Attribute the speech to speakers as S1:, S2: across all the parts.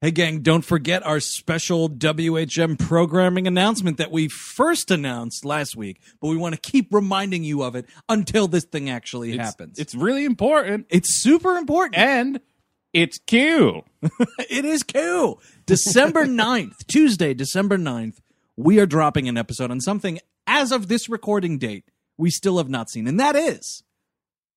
S1: Hey, gang, don't forget our special WHM programming announcement that we first announced last week, but we want to keep reminding you of it until this thing actually
S2: It's-
S1: happens.
S2: It's really important.
S1: It's super important.
S2: and it's Q.
S1: it is Q. December 9th, Tuesday, December 9th, we are dropping an episode on something as of this recording date we still have not seen, and that is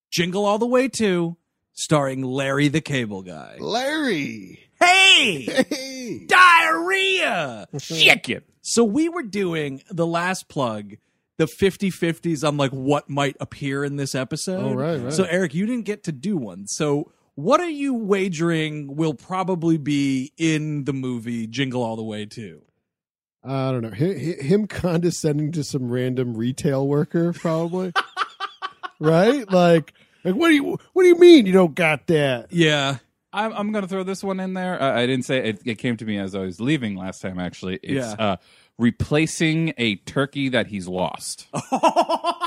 S1: Jingle All the Way to starring Larry the Cable Guy.
S3: Larry.
S1: Hey!
S3: Hey.
S1: Diarrhea!
S2: Chicken.
S1: So we were doing the last plug, the 50 50s on like what might appear in this episode.
S2: Oh, right, right.
S1: So, Eric, you didn't get to do one. So, what are you wagering will probably be in the movie Jingle All the Way too?
S4: I don't know. Him, him condescending to some random retail worker, probably. right? Like, like what do you what do you mean you don't got that?
S1: Yeah.
S2: Uh, I'm, I'm going to throw this one in there. Uh, I didn't say it, it came to me as I was leaving last time, actually. It's
S1: Yeah.
S2: uh, replacing a turkey that he's lost.
S1: Oh,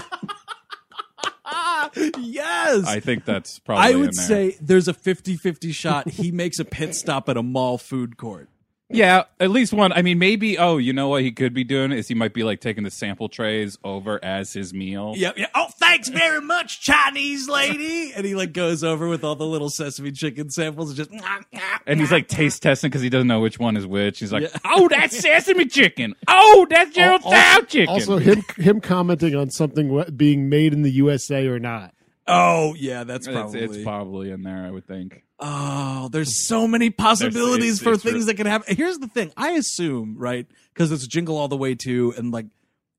S1: yes.
S2: I think that's probably
S1: I
S2: in
S1: would
S2: there.
S1: say there's a 50 50 shot. He makes a pit stop at a mall food court.
S2: Yeah, at least one. I mean, maybe, oh, you know what he could be doing is he might be like taking the sample trays over as his meal.
S1: Yep. Yeah. Oh, thanks very much, Chinese lady. And he like goes over with all the little sesame chicken samples and just.
S2: And he's like taste testing because he doesn't know which one is which. He's like, "Oh, that's sesame chicken. Oh, that's Gerald Dow chicken."
S4: Also, him him commenting on something wha- being made in the USA or not.
S1: Oh yeah, that's
S2: it's,
S1: probably.
S2: it's probably in there, I would think.
S1: oh, there's so many possibilities
S2: it's-
S1: for
S2: it's
S1: things
S2: re-
S1: that can happen. Here's the thing: I assume right because it's jingle all the way to, and like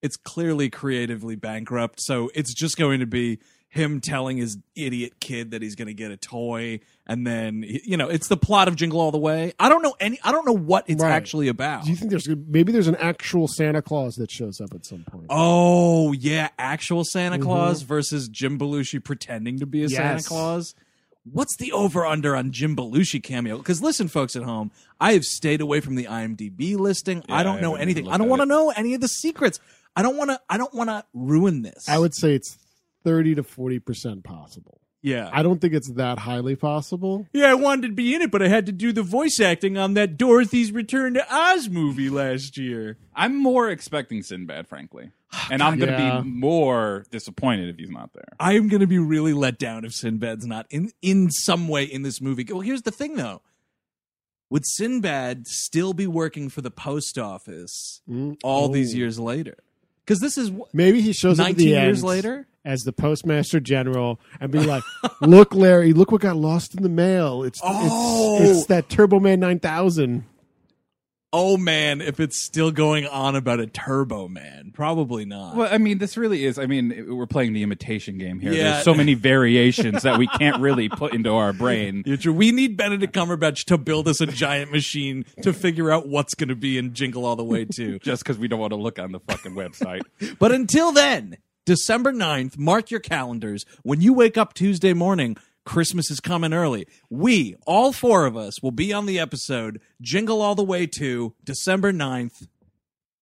S1: it's clearly creatively bankrupt. So it's just going to be him telling his idiot kid that he's going to get a toy, and then you know it's the plot of Jingle All the Way. I don't know any. I don't know what it's
S4: Right.
S1: actually about.
S4: Do you think there's maybe there's an actual Santa Claus that shows up at some point?
S1: Oh yeah, actual Santa
S2: Mm-hmm.
S1: Claus versus Jim Belushi pretending to be a Santa
S4: Yes.
S1: Claus. What's the over under on Jim Belushi cameo? Because listen, folks at home, I have stayed away from the IMDb listing. I
S2: Yeah,
S1: don't
S2: I
S1: know
S2: haven't
S1: anything.
S2: even
S1: I don't
S2: looked
S1: want
S2: at
S1: to know any of the secrets. I don't want to. I don't want to ruin this.
S4: I would say it's thirty to forty percent possible.
S1: Yeah.
S4: I don't think it's that highly possible.
S1: yeah, I wanted to be in it, but I had to do the voice acting on that Dorothy's Return to Oz movie last year.
S2: I'm more expecting Sinbad, frankly, and I'm going to
S4: Yeah.
S2: be more disappointed if he's not there.
S1: I am going to be really let down if Sinbad's not in in some way in this movie. Well, here's the thing though. Would Sinbad still be working for the post office
S4: Mm.
S1: all
S4: Oh.
S1: these years later? Cuz this is wh-
S4: Maybe he shows up at
S1: 19
S4: the
S1: years
S4: end
S1: later?
S4: as the postmaster general and be like, "Look, Larry, look what got lost in the mail. It's
S1: Oh.
S4: it's, it's that Turbo Man nine thousand.
S1: Oh man, if it's still going on about a Turbo Man, probably not.
S2: Well, I mean, this really is. I mean, it- we're playing the imitation game here.
S1: Yeah.
S2: There's so many variations that we can't really put into our brain.
S1: You're true. We need Benedict Cumberbatch to build us a giant machine to figure out what's going to be in Jingle All the Way too.
S2: Just because we don't want to look on the fucking website.
S1: But until then, December 9th, mark your calendars. When you wake up Tuesday morning, Christmas is coming early. We, all four of us, will be on the episode Jingle All the Way to December 9th.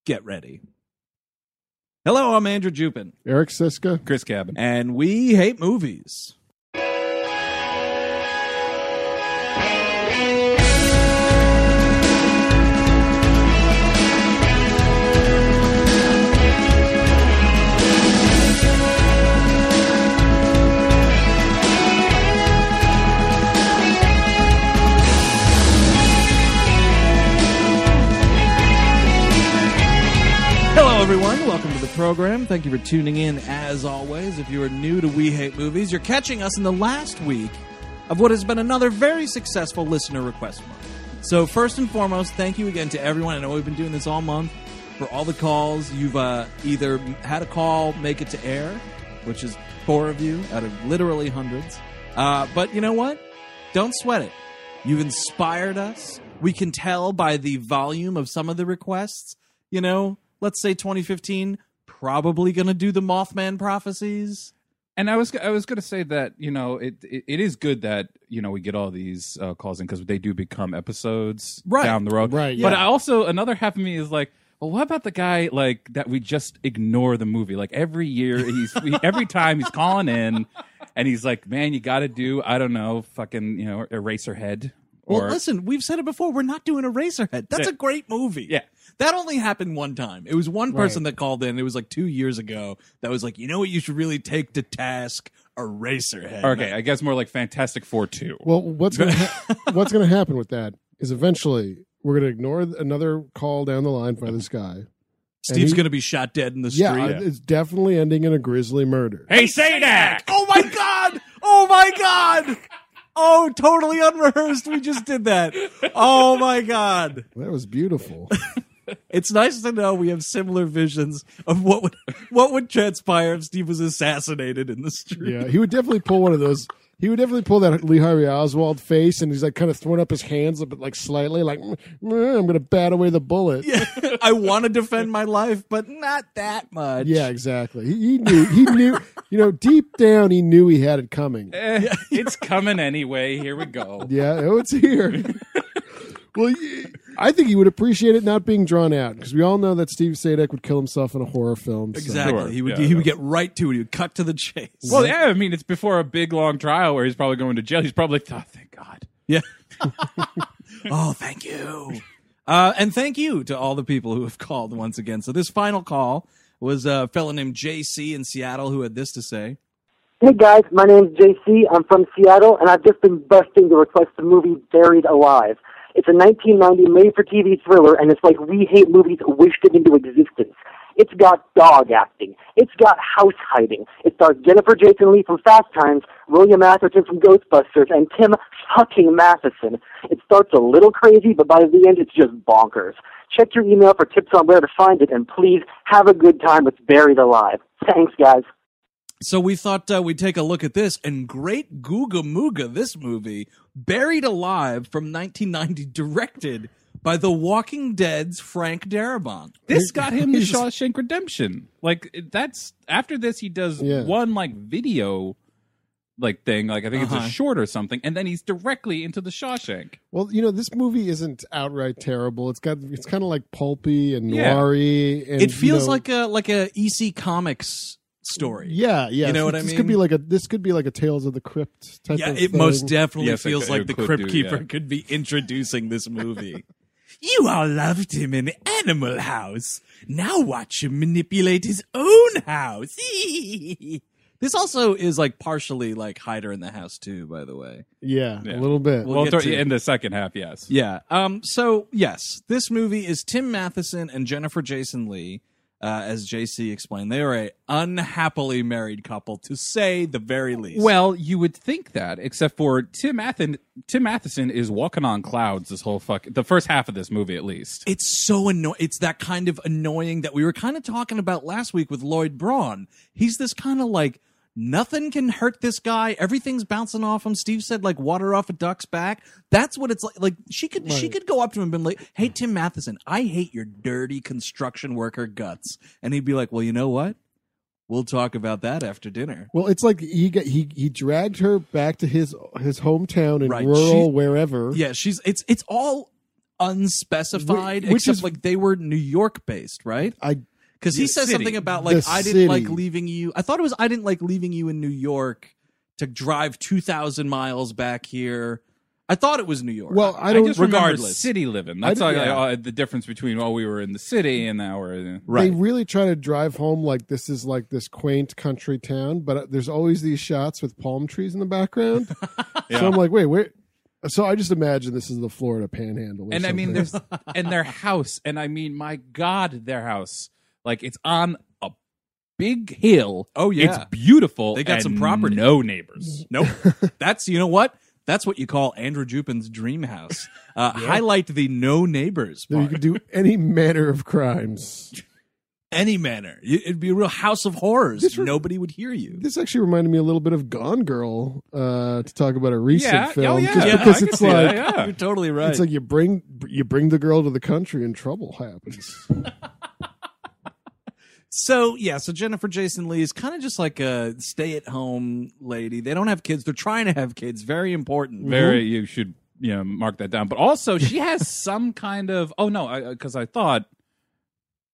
S1: Get ready. Hello, I'm Andrew Jupin,
S4: Eric Siska.
S2: Chris Cabin.
S1: and we hate movies. Welcome to the program. Thank you for tuning in as always. If you are new to We Hate Movies, you're catching us in the last week of what has been another very successful listener request month. So, first and foremost, thank you again to everyone. I know we've been doing this all month for all the calls. You've uh, either had a call make it to air, which is four of you out of literally hundreds. Uh, but you know what? Don't sweat it. You've inspired us. We can tell by the volume of some of the requests. You know, let's say 2015, probably going to do the Mothman prophecies.
S2: And I was I was going to say that you know it, it it is good that you know we get all these uh, calls in because they do become episodes
S1: Right.
S2: down the road.
S4: Right,
S2: But
S4: yeah.
S2: I also another half of me is like, well, what about the guy like that we just ignore the movie? Like every year he's he, every time he's calling in, and he's like, man, you got to do I don't know, fucking you know, Eraserhead.
S1: Well,
S2: Or,
S1: listen, we've said it before. We're not doing Eraserhead. That's a
S2: Yeah.
S1: great movie.
S2: Yeah.
S1: That only happened one time. It was one person that called in. It was like two years ago that was like, you know what, you should really take to task Eraserhead.
S2: Okay, I guess more like Fantastic Four two.
S4: Well, what's gonna ha- what's gonna happen with that is eventually we're gonna ignore th- another call down the line by this guy.
S1: Steve's
S4: he-
S1: going to be shot dead in the
S4: Yeah,
S1: street.
S4: it's definitely ending in a grisly murder.
S2: hey, say that.
S1: Oh my god! Oh my god! Oh, totally unrehearsed. We just did that. Oh my god.
S4: That was beautiful.
S1: It's nice to know we have similar visions of what would what would transpire if Steve was assassinated in the street.
S4: yeah, he would definitely pull one of those. He would definitely pull that Lee Harvey Oswald face, and he's like kind of throwing up his hands a bit, like slightly, like "Mm, mm, I'm gonna bat away the bullet. Yeah,
S1: I want to defend my life, but not that much.
S4: exactly. He, he knew. He knew. You know, deep down, he knew he had it coming.
S2: Eh, it's coming anyway. Here we go.
S4: Yeah, oh, it's here. well, y- I think he would appreciate it not being drawn out because we all know that Steve Sadek would kill himself in a horror film. so-
S1: Exactly.
S2: Sure.
S1: He would
S2: Yeah,
S1: he would
S2: yeah.
S1: get right to it. He would cut to the chase.
S2: Well, yeah, I mean, it's before a big long trial where he's probably going to jail. He's probably like, oh, thank God.
S1: Yeah. oh, thank you. Uh, and thank you to all the people who have called once again. So this final call was a fellow named JC in Seattle who had this to say.
S5: Hey guys, my name's JC. I'm from Seattle, and I've just been busting to request the movie Buried Alive. It's a 1990 made-for-TV thriller, and it's like We Hate Movies wished it into existence. It's got dog acting. It's got house hiding. It stars Jennifer Jason Lee from Fast Times, William Atherton from Ghostbusters, and Tim fucking Matheson. It starts a little crazy, but by the end, it's just bonkers. Check your email for tips on where to find it, and please have a good time with Buried Alive. Thanks, guys.
S1: So we thought uh, we'd take a look at this and great Googa Mooga, this movie, Buried Alive from 1990, directed by The Walking Dead's Frank Darabont.
S2: This got him the Shawshank Redemption. Like it- that's after this, he does
S4: Yeah.
S2: one like video like thing. Like I think it's
S1: Uh-huh.
S2: a short or something, and then he's directly into the Shawshank.
S4: Well, you know, this movie isn't outright terrible. It's got it's kind of like pulpy and
S2: Yeah.
S4: noiry. And,
S1: It feels
S4: you know-
S1: like a like a EC Comics story.
S4: yeah, yeah.
S1: You know what I
S4: this
S1: mean?
S4: Could be like a this could be like a Tales of the Crypt type.
S1: Yeah,
S4: of
S1: it
S4: thing.
S1: most definitely
S2: Yes, it
S1: feels
S2: could-
S1: like
S2: it
S1: the
S2: could
S1: Crypt
S2: do,
S1: Keeper
S2: yeah.
S1: could be introducing this movie. you all loved him in Animal House. Now watch him manipulate his own house. this also is like partially like Hider in the House too, by the way.
S4: Yeah,
S2: Yeah.
S4: a little bit.
S1: Well-
S2: Well,
S1: get
S2: dur-
S1: to-
S2: in the second half, yes.
S1: Yeah. Um. So yes, this movie is Tim Matheson and Jennifer Jason Lee. Uh, as JC explained, they are a unhappily married couple, to say the very least.
S2: Well, you would think that, except for Tim Athen- Tim Matheson is walking on clouds this whole fuck the first half of this movie at least.
S1: It's so annoying. It's that kind of annoying that we were kind of talking about last week with Lloyd Braun. He's this kind of like nothing can hurt this guy. Everything's bouncing off him. Steve said like water off a duck's back. That's what it's like. Like she could she could go up to him and be like, "Hey Tim Matheson, I hate your dirty construction worker guts," and he'd be like, "Well, you know what? We'll talk about that after dinner."
S4: Well, it's like he got, he he dragged her back to his his hometown in
S1: Right.
S4: rural
S1: She-
S4: wherever.
S1: Yeah, she's it's it's all unspecified
S4: Wh- which
S1: except
S4: is-
S1: like they were New York based, right?
S4: I
S1: because he
S2: The
S1: says
S2: city.
S1: something about like
S4: The
S1: I didn't like
S4: city.
S1: leaving you. I thought it was I didn't like leaving you in New York to drive two thousand miles back here. I thought it was New York.
S4: well, I don't
S2: just remember
S1: regardless.
S2: city living. That's
S4: I
S2: all,
S4: d-
S2: I-
S1: yeah.
S2: uh, the difference between oh we were in the city and now we're in
S4: They really try to drive home like this is like this quaint country town, but uh, there's always these shots with palm trees in the background. So I'm like, wait, where? So I just imagine this is the Florida Panhandle. or
S2: and I mean,
S4: something.
S2: there's and their house, and I mean, my God, their house Like it's on a big hill.
S1: Oh, yeah.
S2: it's beautiful.
S1: They got
S2: and
S1: some property.
S2: No neighbors.
S1: Nope. That's you know what? That's what you call Andrew Jupin's dream house. Uh, Highlight the no neighbors
S4: There you
S1: part.
S4: could do any manner of crimes.
S1: Any manner, You- it'd be a real house of horrors.
S4: This re-
S1: Nobody would hear you.
S4: This actually reminded me a little bit of Gone Girl uh, to talk about a recent
S2: Yeah.
S4: film,
S2: Oh, yeah.
S4: just
S2: Yeah,
S4: because
S2: I can
S4: it's
S2: see
S4: like
S2: that, yeah.
S1: You're totally right.
S4: it's like you bring you bring the girl to the country and trouble happens.
S1: So yeah, so Jennifer Jason Lee is kind of just like a stay-at-home lady. They don't have kids. They're trying to have kids. Very important.
S2: Very, you should you know, mark that down. But also, she has some kind of. Oh no, because I, thought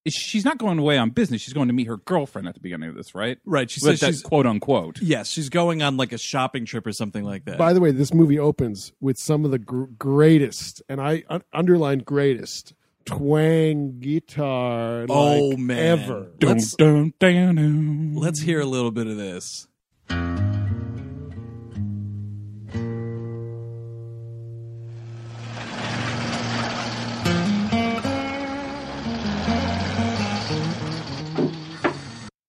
S2: she's not going away on business. She's going to meet her girlfriend at the beginning of this, right?
S1: Right, she
S2: With
S1: says
S2: that
S1: she's-
S2: quote unquote.
S1: Yes, she's going on like a shopping trip or something like that.
S4: By the way, this movie opens with some of the gr- greatest, and I un- underlined greatest twang guitar.
S1: oh
S4: like,
S1: man,
S4: ever.
S2: Dun,
S1: Let's
S2: dun, dun, dun.
S1: let's hear a little bit of this.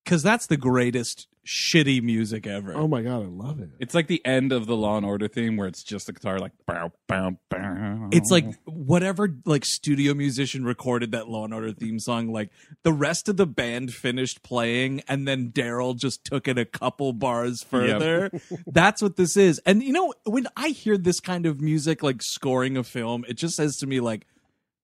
S1: Because that's the greatest shitty music ever.
S4: Oh my god, I love it.
S2: It's like the end of the Law and Order theme where it's just the guitar like bow bow bow.
S1: It's like whatever like studio musician recorded that Law and Order theme song. Like the rest of the band finished playing, and then Daryl just took it a couple bars further. That's what this is. And you know, when I hear this kind of music, like scoring a film, it just says to me like,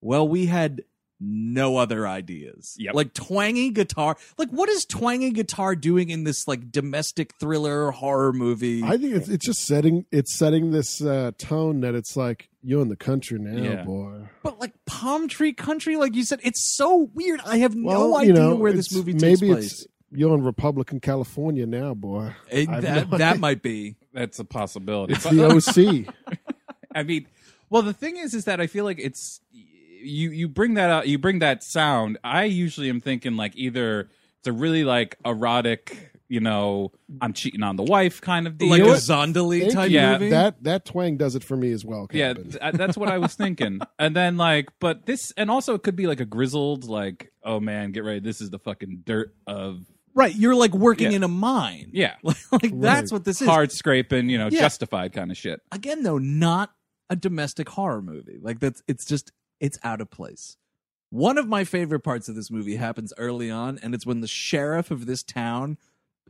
S1: "Well, we had." No other ideas.
S2: Yep.
S1: Like twangy guitar. Like what is twangy guitar doing in this like domestic thriller horror movie?
S4: I think it's, it's just setting it's setting this uh, tone that it's like you're in the country now,
S2: Yeah.
S4: boy.
S1: But like palm tree country, like you said, it's so weird. I have
S4: Well,
S1: no idea
S4: you know,
S1: where this
S4: it's-
S1: movie
S4: maybe
S1: takes
S4: It's,
S1: place.
S4: you're in Republican California now, boy.
S1: It-
S4: I have
S1: Eh, that
S4: no
S1: that
S4: idea.
S1: might be.
S2: that's a possibility.
S4: It's the OC.
S2: I mean, well, the thing is, is that I feel like it's you. You bring that out. You bring that sound. I usually am thinking like either it's a really like erotic, you know, I'm cheating on the wife kind of deal.
S1: Like a
S2: Or-
S1: Zondali
S4: Thank
S1: type
S4: you.
S2: Yeah.
S1: movie.
S4: That that twang does it for me as well.
S2: yeah,
S4: Captain.
S2: th- uh, that's what I was thinking. And then like, but this, and also it could be like a grizzled, like, oh man, get ready, this is the fucking dirt of
S1: right. You're like working
S2: Yeah.
S1: in a mine.
S2: yeah,
S1: Like, like, that's what this is.
S2: hard scraping, you know,
S1: Yeah.
S2: justified kind of shit.
S1: Again though, not a domestic horror movie. Like that's it's just it's out of place. One of my favorite parts of this movie happens early on, and it's when the sheriff of this town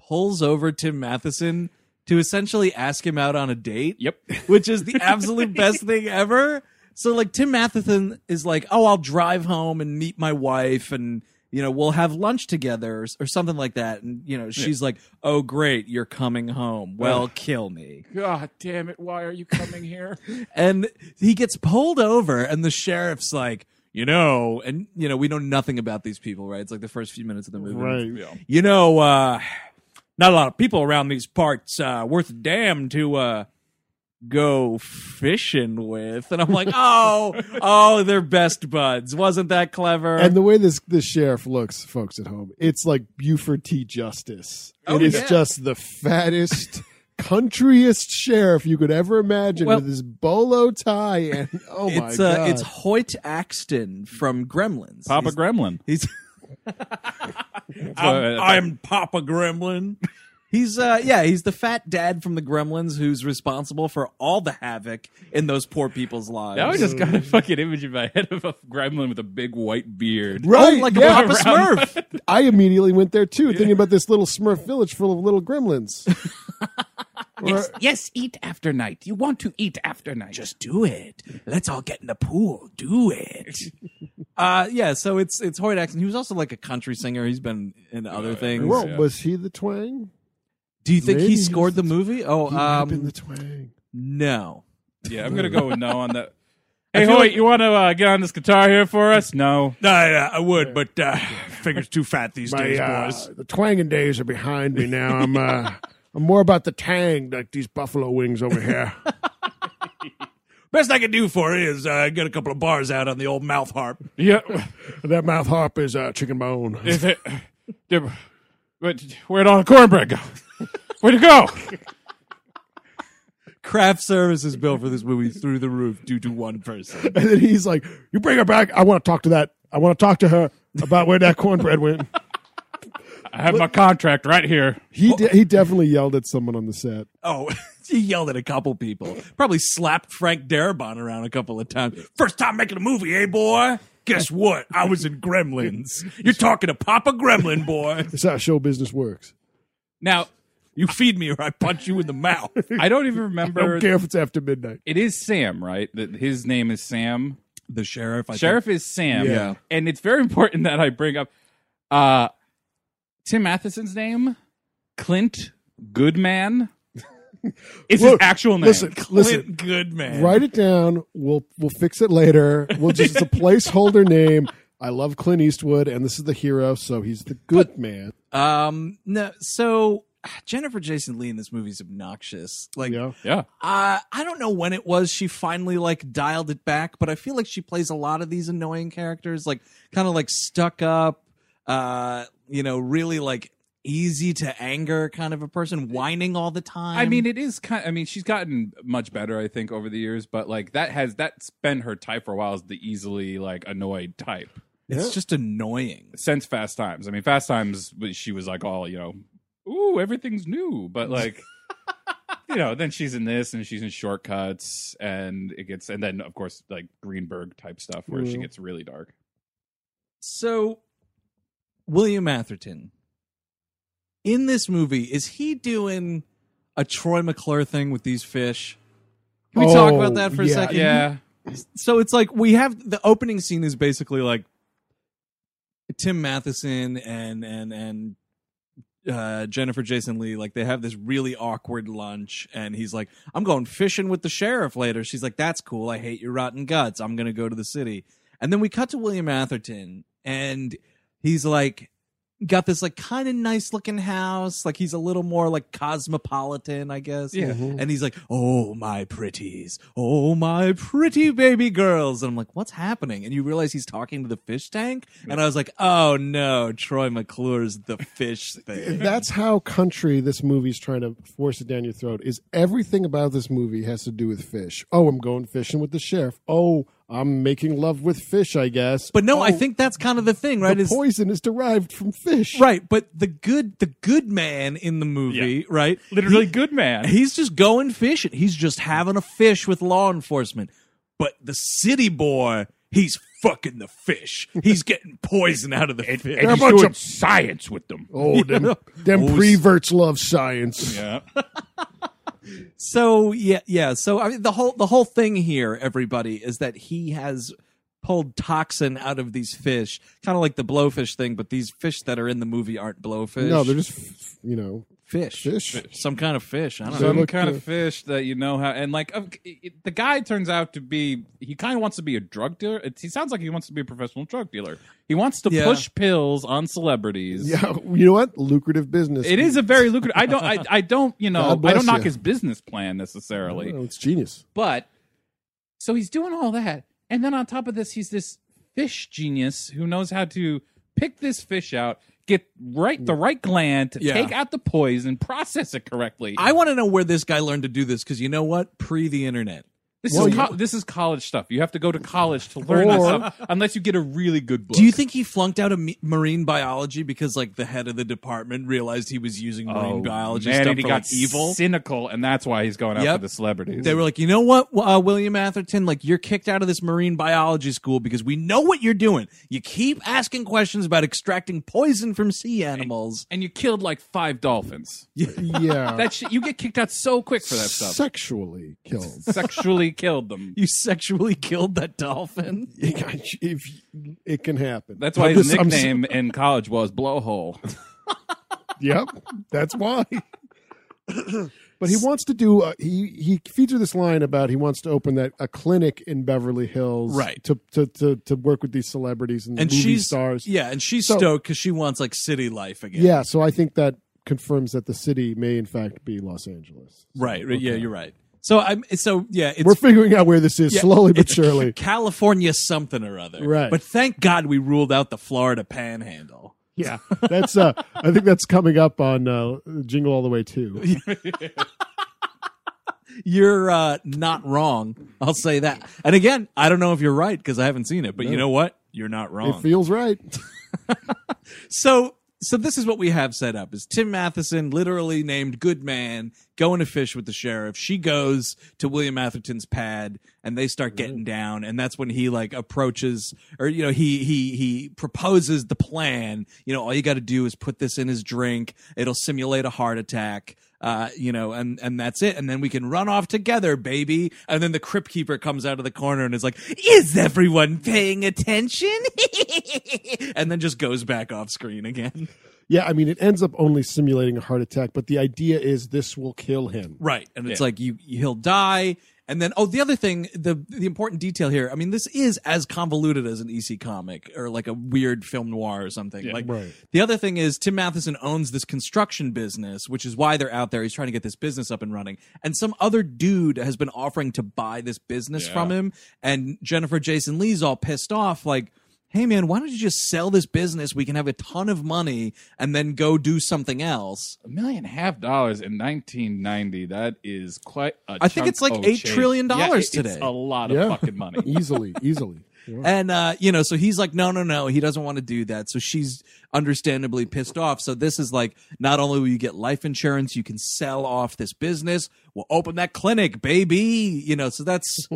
S1: pulls over Tim Matheson to essentially ask him out on a date.
S2: Yep.
S1: which is the absolute best thing ever. So like Tim Matheson is like, oh, I'll drive home and meet my wife and you know we'll have lunch together or, or something like that. And you know she's like, oh great, you're coming home. Well, kill me.
S2: God damn it! Why are you coming here?
S1: And he gets pulled over, and the sheriff's like, you know, and you know we know nothing about these people, right? It's like the first few minutes of the movie.
S4: Right.
S1: You know, uh, not a lot of people around these parts uh, worth a damn to uh, go fishing with. And I'm like, oh, oh, they're best buds. Wasn't that clever?
S4: And the way this this sheriff looks, folks at home, it's like Buford T. Justice.
S1: Oh,
S4: it is
S1: yeah.
S4: just the fattest, countryest sheriff you could ever imagine
S1: Well-
S4: with his bolo tie and oh my
S1: it's uh,
S4: god,
S1: it's Hoyt Axton from Gremlins.
S2: Papa Gremlin. Um,
S1: He's
S2: I'm-
S1: Papa Gremlin. He's uh yeah, he's the fat dad from the Gremlins who's responsible for all the havoc in those poor people's lives.
S2: Now I just got a fucking image in my head of a gremlin with a big white beard.
S4: right?
S1: like a
S4: yeah.
S1: Papa Smurf.
S4: I immediately went there too, thinking about this little Smurf village full of little gremlins.
S2: Yes, yes, eat after night. You want to eat after night.
S1: Just do it. Let's all get in the pool. Do it. uh yeah, so it's it's Hoyt Axton. He was also like a country singer. He's been in other things.
S4: Well,
S2: Yeah.
S4: was he the twang?
S1: Do you think
S4: Maybe
S1: he
S4: he's
S1: scored
S4: the-
S1: the movie? Oh,
S4: He might have been
S1: um
S4: the twang.
S1: no.
S2: Yeah, I'm gonna go with no on that. Hey,
S1: feel
S2: Hoyt,
S1: like-
S2: you want to uh, get on this guitar here for us? No.
S1: I, I would, but uh, fingers too fat these
S4: uh, the twanging days are behind me now. I'm uh, I'm more about the tang, like these buffalo wings over here.
S1: Best I can do for it is uh, get a couple of bars out on the old mouth harp.
S2: Yeah.
S4: that mouth harp is uh, chicken bone.
S2: Is it? Did, but where'd all the cornbread go? Where'd it go?
S1: Craft services bill for this movie is through the roof due to one person.
S4: And then he's like, "You bring her back. I want to talk to that. I want to talk to her about where that cornbread went.
S2: I have my contract right here.
S4: He de- he definitely yelled at someone on the set.
S1: Oh, he yelled at a couple people. Probably slapped Frank Darabont around a couple of times. First time making a movie, eh, boy? Guess what? I was in Gremlins. You're talking to Papa Gremlin, boy.
S4: That's how show business works.
S2: Now,
S1: You feed me or I punch you in the mouth.
S2: I don't even
S4: I don't
S2: remember.
S4: care if it's after midnight.
S2: It is Sam, right? That his name is Sam.
S1: The sheriff. I
S2: Sheriff is Sam.
S1: Yeah.
S2: And it's very important that I bring up uh Tim Matheson's name, Clint Goodman. It's his
S4: Look,
S2: actual name.
S4: Listen,
S1: Clint
S4: listen.
S1: Goodman.
S4: Write it down. We'll we'll fix it later. We'll just it's a placeholder name. I love Clint Eastwood, and this is the hero, so he's the good man.
S1: Um. No. So Jennifer Jason Lee in this movie is obnoxious. Like.
S4: Yeah.
S2: Yeah.
S1: Uh, I don't know when it was she finally like dialed it back, but I feel like she plays a lot of these annoying characters, like kind of like stuck up, uh, you know, really like easy to anger kind of a person, whining all the time.
S2: I mean, it is kind. I mean, she's gotten much better, I think, over the years. But like that has that's been her type for a while is the easily like annoyed type
S1: it's just annoying.
S2: since Fast Times. I mean, Fast Times was- she was like all you know, ooh, everything's new, but like. You know, then she's in this, and she's in shortcuts, and it gets, and then of course like Greenberg type stuff where she
S4: Mhm.
S2: gets really dark.
S1: So, William Atherton in this movie is he doing a Troy McClure thing with these fish? Can we talk
S4: Oh,
S1: about that for a
S4: yeah.
S1: second?
S2: Yeah,
S1: so it's like we have the opening scene is basically like Tim Matheson and and and uh, Jennifer Jason Lee like they have this really awkward lunch and he's like I'm going fishing with the sheriff later. She's like that's cool. I hate your rotten guts. I'm going to go to the city. And then we cut to William Atherton and he's like got this like kind of nice looking house like he's a little more like cosmopolitan i guess
S2: Yeah.
S1: and he's like oh my pretties oh my pretty baby girls and i'm like what's happening and you realize he's talking to the fish tank and i was like oh no troy mcclure's the fish thing
S4: That's how country this movie's trying to force it down your throat. Is everything about this movie has to do with fish? Oh, I'm going fishing with the sheriff. Oh, I'm making love with fish. I guess.
S1: but no i
S4: Oh,
S1: think that's kind of the thing right
S4: the
S1: Is-
S4: poison is derived from fish.
S1: right but the good the good man in the movie
S2: Yeah.
S1: right
S2: literally
S1: He-
S2: good man.
S1: He's just going fishing. He's just having a fish with law enforcement. But the city boy, he's fucking the fish. He's getting poison out of the fish.
S4: he's doing
S2: science with them.
S4: Oh, them, them
S1: Oh, s-
S4: preverts love science.
S2: Yeah.
S1: So yeah, yeah. So I mean, the whole the whole thing here, everybody, is that he has pulled toxin out of these fish, kind of like the blowfish thing. But these fish that are in the movie aren't blowfish.
S4: No, they're just f- you know
S1: fish.
S4: fish.
S1: Some kind of fish. I don't know.
S2: Some
S4: look,
S2: kind
S4: uh,
S2: of fish that you know how, and like of- it- it- the guy turns out to be, he kind of wants to be a drug dealer. It's, he sounds like he wants to be a professional drug dealer. He wants to
S1: Yeah.
S2: push pills on celebrities.
S4: Yeah, you know what? Lucrative business.
S2: It is a very lucrative. I don't. I, I don't. You know.
S4: God
S2: I
S4: bless
S2: don't knock
S4: you.
S2: his business plan
S4: I
S2: necessarily.
S4: don't know, it's genius.
S2: But so he's doing all that, and then on top of this, he's this fish genius who knows how to pick this fish out, get right the right gland, to
S1: Yeah.
S2: take out the poison, process it correctly.
S1: I want to know where this guy learned to do this because you know what? Pre the internet.
S2: This
S4: Well,
S2: is
S4: you-
S2: co- this is college stuff. You have to go to college to learn this
S4: Or-
S2: stuff, unless you get a really good book.
S1: Do you think he flunked out of me- marine biology because like the head of the department realized he was using marine
S2: Oh,
S1: biology
S2: man,
S1: stuff
S2: and
S1: for
S2: he
S1: like
S2: got
S1: evil?
S2: cynical, and that's why he's going after
S1: Yep.
S2: the celebrities.
S1: They were like, you know what, uh, William Atherton, like you're kicked out of this marine biology school because we know what you're doing. You keep asking questions about extracting poison from sea animals.
S2: and you killed like five dolphins.
S4: Yeah,
S2: That shit, you get kicked out so quick for that stuff.
S4: sexually killed.
S2: Sexually killed them.
S1: You sexually killed that dolphin.
S4: if it can happen,
S2: That's why
S4: I'm
S2: his
S4: just- I'm s-
S2: nickname in college was Blowhole.
S4: yep, that's why. but he wants to do. Uh, he he feeds her this line about he wants to open that a clinic in Beverly Hills,
S1: Right.
S4: To to to, to work with these celebrities and,
S1: And
S4: movie
S1: she's
S4: stars.
S1: Yeah, and she's
S4: So-
S1: stoked because she wants like city life again.
S4: yeah. So I think that confirms that the city may in fact be Los Angeles.
S1: right. right, Yeah, you're right. So I'm. So yeah, it's
S4: We're figuring out where this is
S1: yeah,
S4: slowly but
S1: it's
S4: surely.
S1: California something or other.
S4: Right.
S1: But thank God we ruled out the Florida Panhandle.
S4: Yeah, that's. Uh, I think that's coming up on uh, Jingle All the Way too.
S1: You're uh, not wrong. I'll say that. And again, I don't know if you're right because I haven't seen it. But you know what? You're not wrong.
S4: It feels right.
S1: So so this is what we have set up is Tim Matheson, literally named good man, going to fish with the sheriff. She goes to William Atherton's pad and they start getting down and that's when he like approaches or you know, he he he proposes the plan. You know, all you gotta do is put this in his drink, it'll simulate a heart attack. Uh, you know, and and that's it, and then we can run off together, baby. And then the crypt keeper comes out of the corner and is like, "Is everyone paying attention?" and then just goes back off screen again.
S4: Yeah, I mean, it ends up only simulating a heart attack, but the idea is this will kill him.
S1: Right. And it's like you he'll die. And then oh the other thing, the the important detail here, I mean, this is as convoluted as an EC comic or like a weird film noir or something. like
S4: right.
S1: the other thing is Tim Matheson owns this construction business, which is why they're out there. He's trying to get this business up and running. And some other dude has been offering to buy this business from him. And Jennifer Jason Lee's all pissed off, like Hey man, why don't you just sell this business? We can have a ton of money and then go do something else.
S2: A million and a half dollars in 1990. That is quite. a
S1: I think
S2: chunk
S1: it's like
S2: of
S1: eight
S2: change.
S1: trillion
S2: Yeah,
S1: dollars
S2: it-
S1: today.
S2: It's a lot of
S4: Yeah.
S2: fucking money.
S4: Easily, easily. Yeah.
S1: And uh, you know, so he's like, no, no, no, he doesn't want to do that. So she's understandably pissed off. So this is like, not only will you get life insurance, you can sell off this business. We'll open that clinic, baby. You know, so that's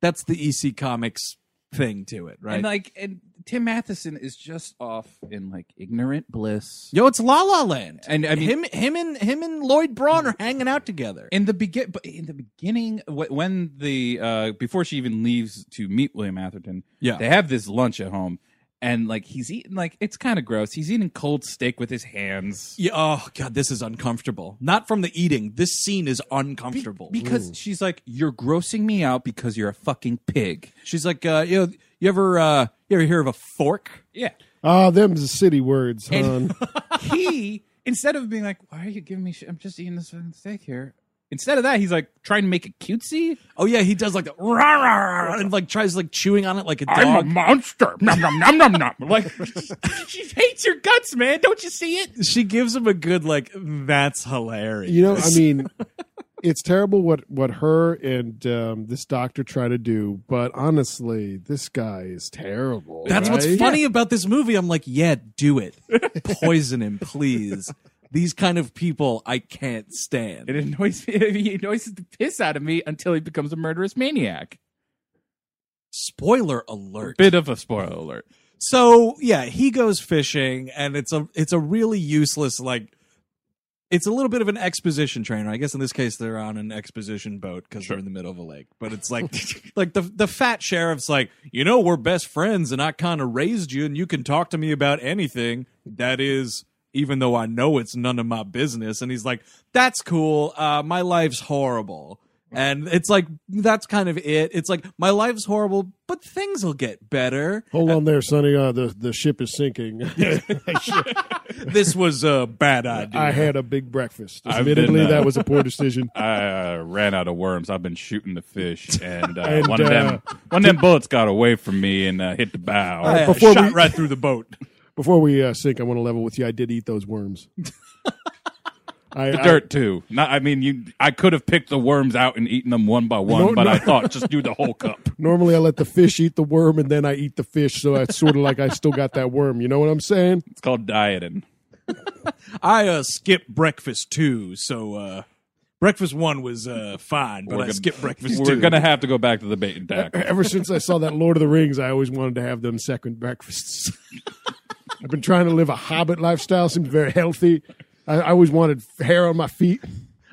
S1: that's the EC Comics thing to it, right?
S2: And like, and Tim Matheson is just off in like ignorant bliss.
S1: Yo, it's La La Land,
S2: And, I mean-
S1: him, him, and him and Lloyd Braun are hanging out together.
S2: In the begin, but in the beginning, wh- when the uh before she even leaves to meet William Atherton,
S1: Yeah.
S2: they have this lunch at home, and like he's eating like it's kind of gross. He's eating cold steak with his hands
S1: yeah, oh god, this is uncomfortable. Not from the eating. This scene is uncomfortable.
S2: because she's like, "You're grossing me out because you're a fucking pig."
S1: She's like, uh, you know, you ever, uh, you ever hear of a fork?
S2: Yeah,
S4: Ah, them's the city words, hon.
S2: he instead of being like, "Why are you giving me shit? I'm just eating this fucking steak here." Instead of that, he's like trying to make it cutesy.
S1: Oh yeah, he does like the rah, rah, rah, and like tries like chewing on it like a
S2: I'm a
S1: dog.
S2: monster. Nom nom nom nom nom. Like she hates your guts, man. Don't you see it?
S1: she gives him a good like. That's hilarious.
S4: You know, I mean, it's terrible what what her and um, this doctor try to do, but honestly, this guy is terrible.
S1: that's what's
S4: right?
S1: funny about this movie. I'm like, yeah, do it, poison him, please. These kind of people I can't stand.
S2: It annoys me. He annoys the piss out of me until he becomes a murderous maniac.
S1: Spoiler alert.
S2: Bit of a spoiler alert.
S1: So yeah, he goes fishing, and it's a it's a really useless like. It's a little bit of an exposition trainer, I guess. In this case, they're on an exposition boat because they're in the middle of a lake. But it's like, like the the fat sheriff's like, you know, we're best friends, and I kind of raised you, and you can talk to me about anything. That is, even though I know it's none of my business. And he's like, that's cool. Uh, my life's horrible. And it's like that's kind of it. It's like my life's horrible, but things will get better.
S4: Hold on there, Sonny. Uh, the the ship is sinking.
S1: this was a bad idea.
S4: I had a big breakfast.
S2: I've
S4: Admittedly,
S2: been, uh,
S4: that was a poor decision.
S2: I uh, ran out of worms. I've been shooting the fish, and, uh,
S4: And,
S2: one of them
S4: uh,
S2: one of them bullets got away from me and uh, hit the bow.
S1: I had a
S4: before
S1: shot
S4: we-
S1: right through the boat.
S4: Before we uh, sink, I want to level with you. I did eat those worms. I,
S2: The dirt too. Not, I mean, you. I could have picked the worms out and eaten them one by one,
S4: No,
S2: but
S4: no.
S2: I thought just do the whole cup.
S4: Normally, I let the fish eat the worm, and then I eat the fish. So it's sort of like I still got that worm. You know what I'm saying?
S2: It's called dieting.
S1: I uh, skipped breakfast too, so uh, breakfast one was uh, fine, but
S2: We're
S1: I
S2: gonna-
S1: skipped breakfast
S2: We're
S1: 2
S2: gonna have to go back to the bait and tackle.
S4: Ever since I saw that Lord of the Rings, I always wanted to have them second breakfasts. I've been trying to live a hobbit lifestyle. Seems very healthy. I, I always wanted hair on my feet.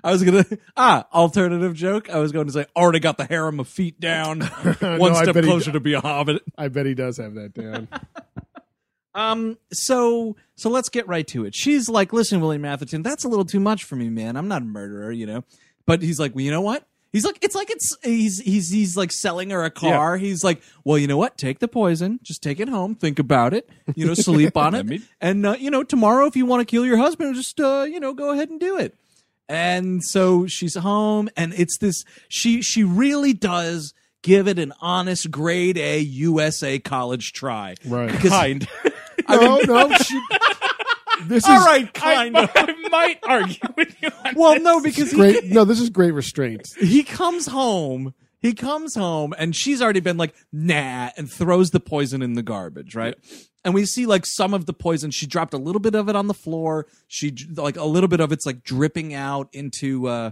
S1: I was gonna ah alternative joke. I was going to say already got the hair on my feet down, one
S4: I
S1: step
S4: bet he
S1: closer
S4: d-
S1: to be a hobbit.
S4: I bet he does have that down.
S1: Um, so so let's get right to it. She's like, listen, William Atherton, that's a little too much for me, man. I'm not a murderer, you know. But he's like, well, you know what? He's like, it's like it's he's he's he's like selling her a car. He's like, well, you know what? Take the poison, just take it home, think about it, you know, sleep on it,
S2: me-
S1: and uh, you know, tomorrow if you want to kill your husband, just uh, you know, go ahead and do it. And so she's home, and it's this. She she really does give it an honest grade A USA college try,
S4: Right.
S1: Because
S2: Kind.
S4: No, no. She, this is
S1: all right, kind
S2: I,
S1: of.
S2: I might argue with you. on
S1: Well,
S2: this.
S1: no, because he,
S4: great. No, this is great restraint.
S1: he comes home He comes home and she's already been like, nah, and throws the poison in the garbage, right? And we see like some of the poison. She dropped a little bit of it on the floor. She dr- like a little bit of it's like dripping out into uh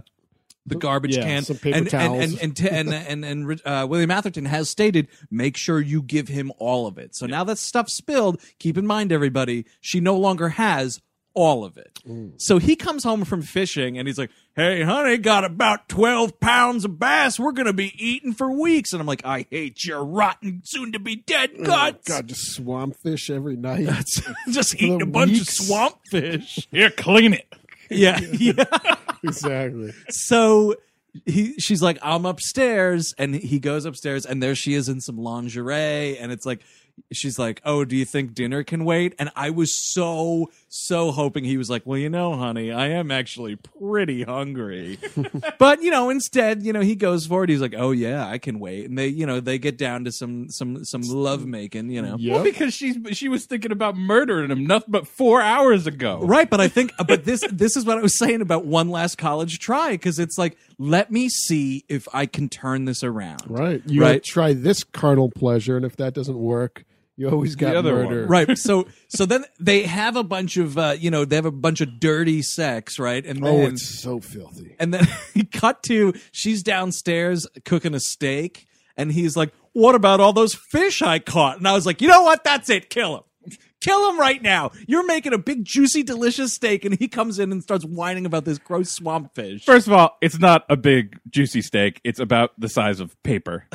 S1: the garbage
S4: Yeah,
S1: can.
S4: some paper
S1: and, and,
S4: towels.
S1: and and t- and and, and uh, William Atherton has stated, make sure you give him all of it. So now that stuff's spilled, keep in mind, everybody, she no longer has all of it. So he comes home from fishing and he's like, "Hey, honey, got about twelve pounds of bass. We're gonna be eating for weeks." And I'm like, "I hate your rotten, soon-to-be dead guts.
S4: Oh, God, just swamp fish every night.
S1: Just eating a bunch of
S4: weeks.
S1: swamp fish."
S2: Here, clean it.
S1: yeah, yeah.
S4: exactly.
S1: so he she's like i'm upstairs and he goes upstairs and there she is in some lingerie and it's like she's like oh do you think dinner can wait and i was so so hoping he was like well you know honey i am actually pretty hungry but you know instead you know he goes forward he's like oh yeah i can wait and they you know they get down to some some some love making you know
S2: Well, because she's she was thinking about murdering him nothing but four hours ago.
S1: Right, but I think, but this this is what I was saying about one last college try because it's like, let me see if I can turn this around.
S4: Right. You
S1: Right.
S4: try this carnal pleasure, and if that doesn't work, you always got
S2: other one.
S4: murder.
S1: Right. So so then they have a bunch of uh, you know they have a bunch of dirty sex, right? And
S4: Oh,
S1: then
S4: it's so filthy.
S1: and then cut to she's downstairs cooking a steak, and he's like, "What about all those fish I caught?" And I was like, "You know what? That's it. Kill him." Kill him right now. You're making a big, juicy, delicious steak, and he comes in and starts whining about this gross swamp fish.
S2: First of all, it's not a big juicy steak. It's about the size of paper.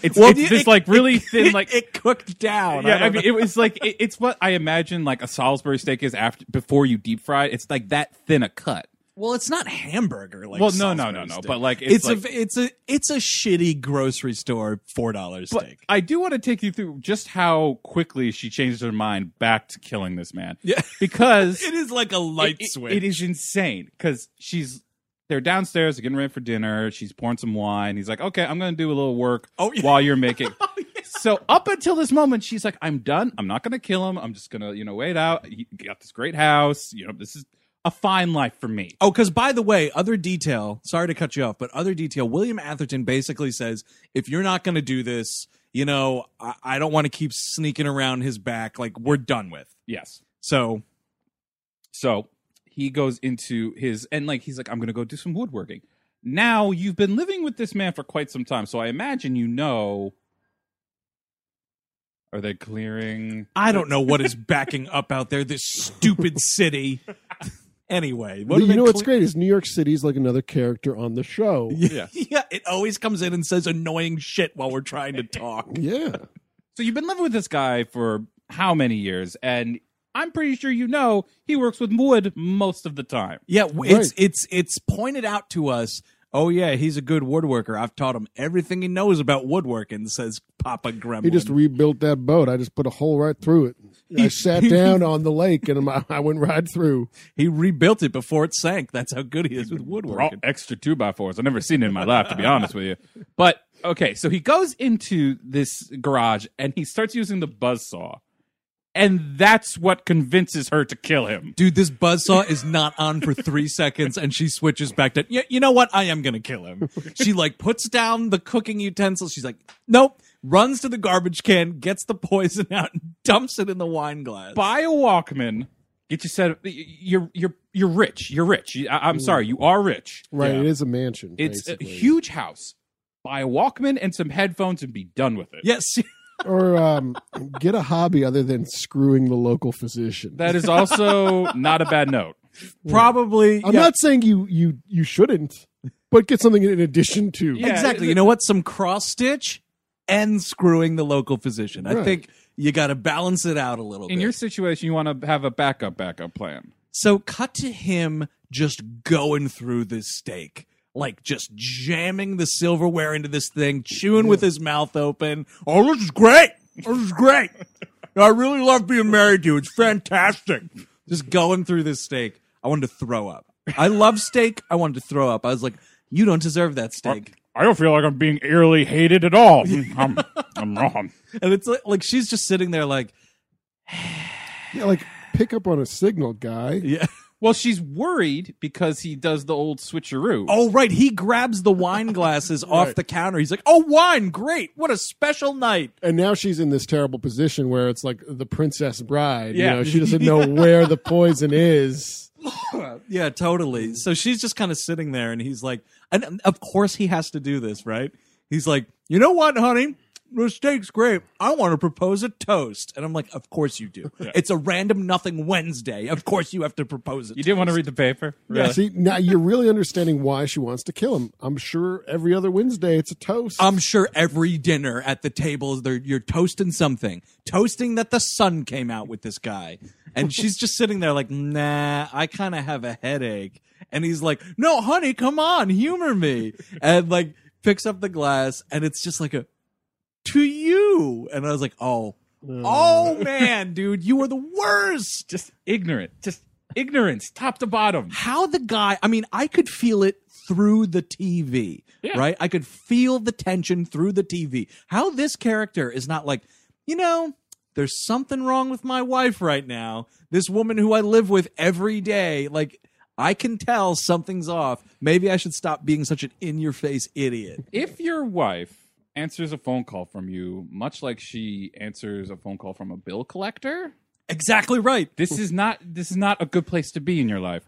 S2: It's,
S1: Well,
S2: it's
S1: it-
S2: this
S1: it-
S2: like really thin,
S1: it,
S2: like
S1: it cooked down.
S2: yeah.
S1: don't
S2: I, mean, it was like it, it's what I imagine like a Salisbury steak is after before you deep fry it. It's like that thin a cut.
S1: Well, it's not hamburger. Like
S2: Well, no, no,
S1: Salisbury
S2: no, no,
S1: steak.
S2: but, like,
S1: it's,
S2: it's
S1: a it's a it's a shitty grocery store four dollars
S2: But
S1: steak.
S2: I do want to take you through just how quickly she changed her mind back to killing this man.
S1: Yeah.
S2: because
S1: It is like a light
S2: It- it-
S1: switch.
S2: It is insane because she's they're downstairs they're getting ready for dinner. She's pouring some wine. He's like, "Okay, I'm going to do a little work
S1: Oh, yeah.
S2: while you're making." So up until this moment, she's like, "I'm done. I'm not going to kill him. I'm just going to you know wait out. You got this great house. You know this is a fine life for me."
S1: Oh, because by the way, other detail. Sorry to cut you off, but other detail. William Atherton basically says, if you're not going to do this, you know, I, I don't want to keep sneaking around his back. Like we're done with.
S2: Yes.
S1: So
S2: So he goes into his and like he's like, I'm gonna go do some woodworking. Now you've been living with this man for quite some time, so I imagine you know. Are they clearing?
S1: I don't know what is backing up out there. This stupid city. anyway, what
S4: you
S1: do
S4: know
S1: they
S4: what's
S1: cle-
S4: great is New York City's like another character on the show.
S2: Yeah.
S1: Yeah, it always comes in and says annoying shit while we're trying to talk.
S4: Yeah.
S2: So you've been living with this guy for how many years? And I'm pretty sure you know he works with wood most of the time.
S1: Yeah, w- it's it's it's pointed out to us. Oh yeah, he's a good woodworker. I've taught him everything he knows about woodworking. Says Papa Gremlin.
S4: He just rebuilt that boat. I just put a hole right through it. I sat down on the lake and I- I went right through.
S1: he rebuilt it before it sank. That's how good he is with
S2: Raw
S1: woodworking.
S2: extra two by fours. I've never seen it in my life, to be honest with you. But okay, so he goes into this garage and he starts using the buzzsaw. And that's what convinces her to kill him.
S1: Dude, this buzzsaw is not on for three seconds, and she switches back to, yeah, you know what? I am going to kill him. She, like, puts down the cooking utensil. She's like, nope, runs to the garbage can, gets the poison out, and dumps it in the wine glass.
S2: Buy a Walkman. Get you set up. You're you're you're rich. You're rich. You- I, am sorry. You are rich.
S4: Right. It is a mansion.
S2: It's
S4: basically.
S2: a huge house. Buy a Walkman and some headphones and be done with it.
S1: Yes.
S4: Or um, get a hobby other than screwing the local physician.
S2: That is also not a bad note.
S1: Probably.
S4: I'm
S1: yeah.
S4: not saying you you you shouldn't, but get something in addition to.
S2: Yeah.
S1: exactly. You know what? Some cross stitch and screwing the local physician. I
S4: Right.
S1: think you got to balance it out a little
S2: In
S1: bit.
S2: your situation, you want to have a backup backup plan.
S1: so cut to him just going through this steak. Like just jamming the silverware into this thing, chewing with his mouth open. Oh, this is great. This is great. I really love being married to you. It's fantastic. Just going through this steak. I wanted to throw up. I love steak. I wanted to throw up. I was like, you don't deserve that steak.
S2: I don't feel like I'm being eerily hated at all. I'm, I'm wrong.
S1: And it's like, like she's just sitting there like,
S4: Yeah, like pick up on a signal, guy.
S1: yeah.
S2: Well, she's worried because he does the old switcheroo.
S1: Oh, right. He grabs the wine glasses off the counter. He's like, oh, wine. Great. What a special night.
S4: and now she's in this terrible position where it's like the Princess Bride.
S2: Yeah.
S4: You know, she doesn't know where the poison is.
S1: Yeah, totally. So she's just kind of sitting there, and he's like, and of course he has to do this, right? He's like, you know what, honey? The steak's great. I want to propose a toast. And I'm like, of course you do. It's a random nothing Wednesday. Of course you have to propose it.
S2: You didn't want to read the paper? Really?
S4: See, now you're really understanding why she wants to kill him. I'm sure every other Wednesday it's a toast.
S1: I'm sure every dinner at the table, they're, you're toasting something. Toasting that the sun came out with this guy. And she's just sitting there like, nah, I kind of have a headache. And he's like, no, honey, come on, humor me. And like picks up the glass and it's just like a, to you. And I was like, oh, oh man, dude, you are the worst
S2: Just ignorant. Just ignorance, top to bottom.
S1: how the guy i mean i could feel it through the tv right i could feel the tension through the tv how this character is not like you know there's something wrong with my wife right now this woman who i live with every day like i can tell something's off maybe i should stop being such an in your face idiot
S2: If your wife answers a phone call from you, much like she answers a phone call from a bill collector,
S1: exactly right
S2: this is not this is not a good place to be in your life.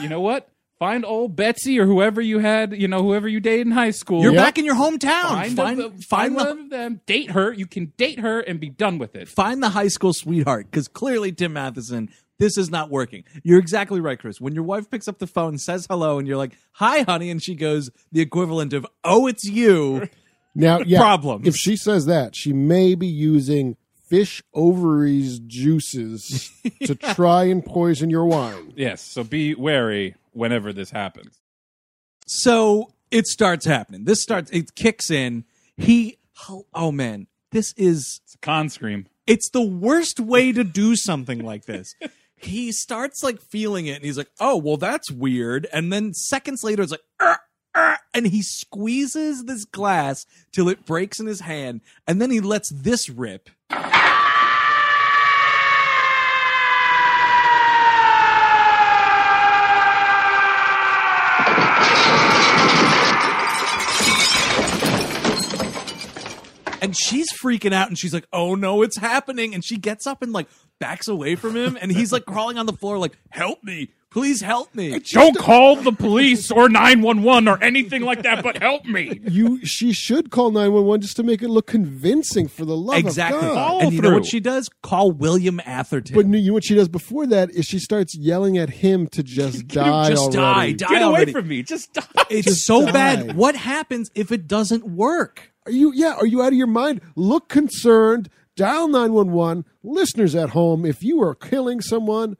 S2: You know what? Find old Betsy or whoever you had, you know, whoever you dated in high school.
S1: you're back in your hometown
S2: Find,
S1: find,
S2: them,
S1: find
S2: find
S1: the
S2: one of them. Date her. You can date her and be done with it.
S1: find the high school sweetheart because clearly Tim Matheson, this is not working. You're exactly right, Chris. When your wife picks up the phone, says hello, and you're like, "Hi, honey," and she goes the equivalent of, "Oh, it's you."
S4: now, yeah,
S1: Problems.
S4: If she says that, she may be using fish ovaries juices to try and poison your wine.
S2: Yes. So be wary whenever this happens.
S1: So it starts happening. This starts. It kicks in. He. Oh man, this is
S2: It's a con scream.
S1: It's the worst way to do something like this. he starts like feeling it and he's like, oh, well, that's weird. And then seconds later, it's like, "Arr, arr," and he squeezes this glass till it breaks in his hand. And then he lets this rip. And she's freaking out and she's like, oh no, it's happening. And she gets up and like backs away from him. And he's like crawling on the floor, like, help me. Please help me.
S2: Don't call the police or 911 or anything like that, but help me.
S4: You, she should call nine one one just to make it look convincing. For the love
S1: Exactly.
S4: of God.
S2: Follow
S1: And you know
S2: through.
S1: what she does? Call William Atherton.
S4: But you know what she does before that is she starts yelling at him to just die.
S1: just die,
S4: already.
S1: die.
S2: Get away
S1: already.
S2: from me. Just die.
S1: It's
S4: Just
S1: so
S4: die.
S1: bad. What happens if it doesn't work?
S4: Are you yeah, are you out of your mind? Look concerned, dial 911. Listeners at home, if you are killing someone,